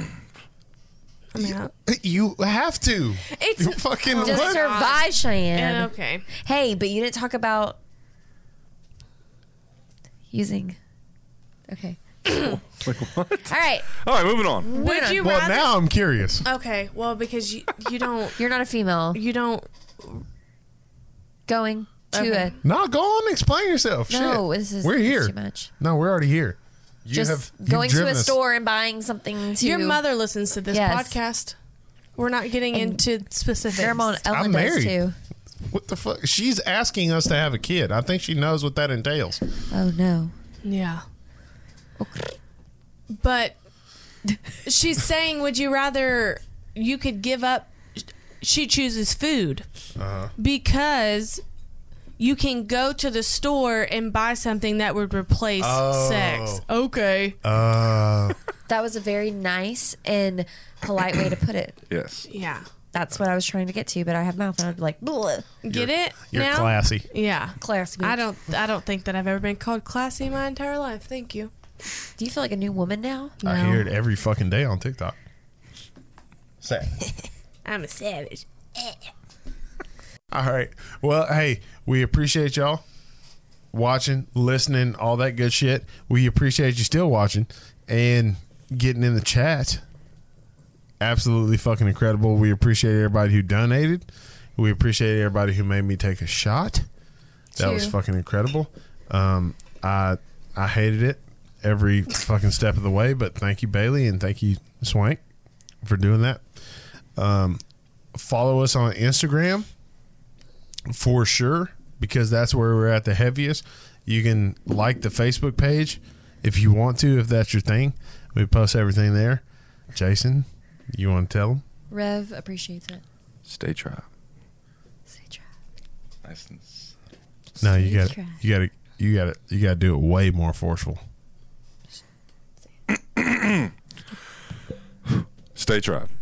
B: I mean, I-
A: you have to.
B: it's
A: You fucking
D: Just
A: what?
D: survive, Cheyenne.
B: Yeah, okay.
D: Hey, but you didn't talk about using. Okay. All right.
C: All right, moving on.
B: Would you
A: well,
B: rather?
A: now I'm curious.
B: okay, well, because you you don't
D: You're not a female.
B: you don't
D: Going to
B: Okay.
A: No, go on. and Explain yourself.
D: a. No,
A: Shit.
D: this is
A: we're
D: this is
A: here.
D: too much.
A: No, we're already here. You
D: Just
A: have you've
D: going to a
A: driven us-
D: store and buying something to
B: Your mother listens to this
D: Yes.
B: podcast. We're not getting into specifics.
D: Grandma and Ellen
A: I'm
D: does
A: married.
D: too.
A: What the fuck? She's asking us to have a kid. I think she knows what that entails.
D: Oh no.
B: Yeah. But she's saying, would you rather you could give up? She chooses food because you can go to the store and buy something that would replace
A: Oh.
B: sex. Okay.
A: Uh,
D: That was a very nice and polite way to put it.
C: Yes.
B: Yeah.
D: That's what I was trying to get to, but I have mouth and I'd be like, Bleh.
B: Get it?
A: you're
B: now?
A: classy.
B: Yeah.
D: Class.
B: I
D: bitch."
B: don't. I don't think that I've ever been called classy in my entire life. Thank you.
D: Do you feel like a new woman now?
A: I hear it every fucking day on TikTok. Sad.
B: I'm a savage.
A: All right. Well, hey, we appreciate y'all watching, listening, all that good shit. We appreciate you still watching and getting in the chat. Absolutely fucking incredible. We appreciate everybody who donated. We appreciate everybody who made me take a shot. That was
D: Chew.
A: fucking incredible. Um, I I hated it every fucking step of the way, but thank you Bailey and thank you Swank for doing that. Um, follow us on Instagram for sure because that's where we're at the heaviest. You can like the Facebook page if you want to, if that's your thing. We post everything there. Jason, you want to tell them?
D: Rev appreciates it.
C: Stay tribe.
D: Say try.
C: Nice and s-
A: No, you got
D: Try.
A: you got to you got to you got to do it way more forceful.
C: Stay tribe.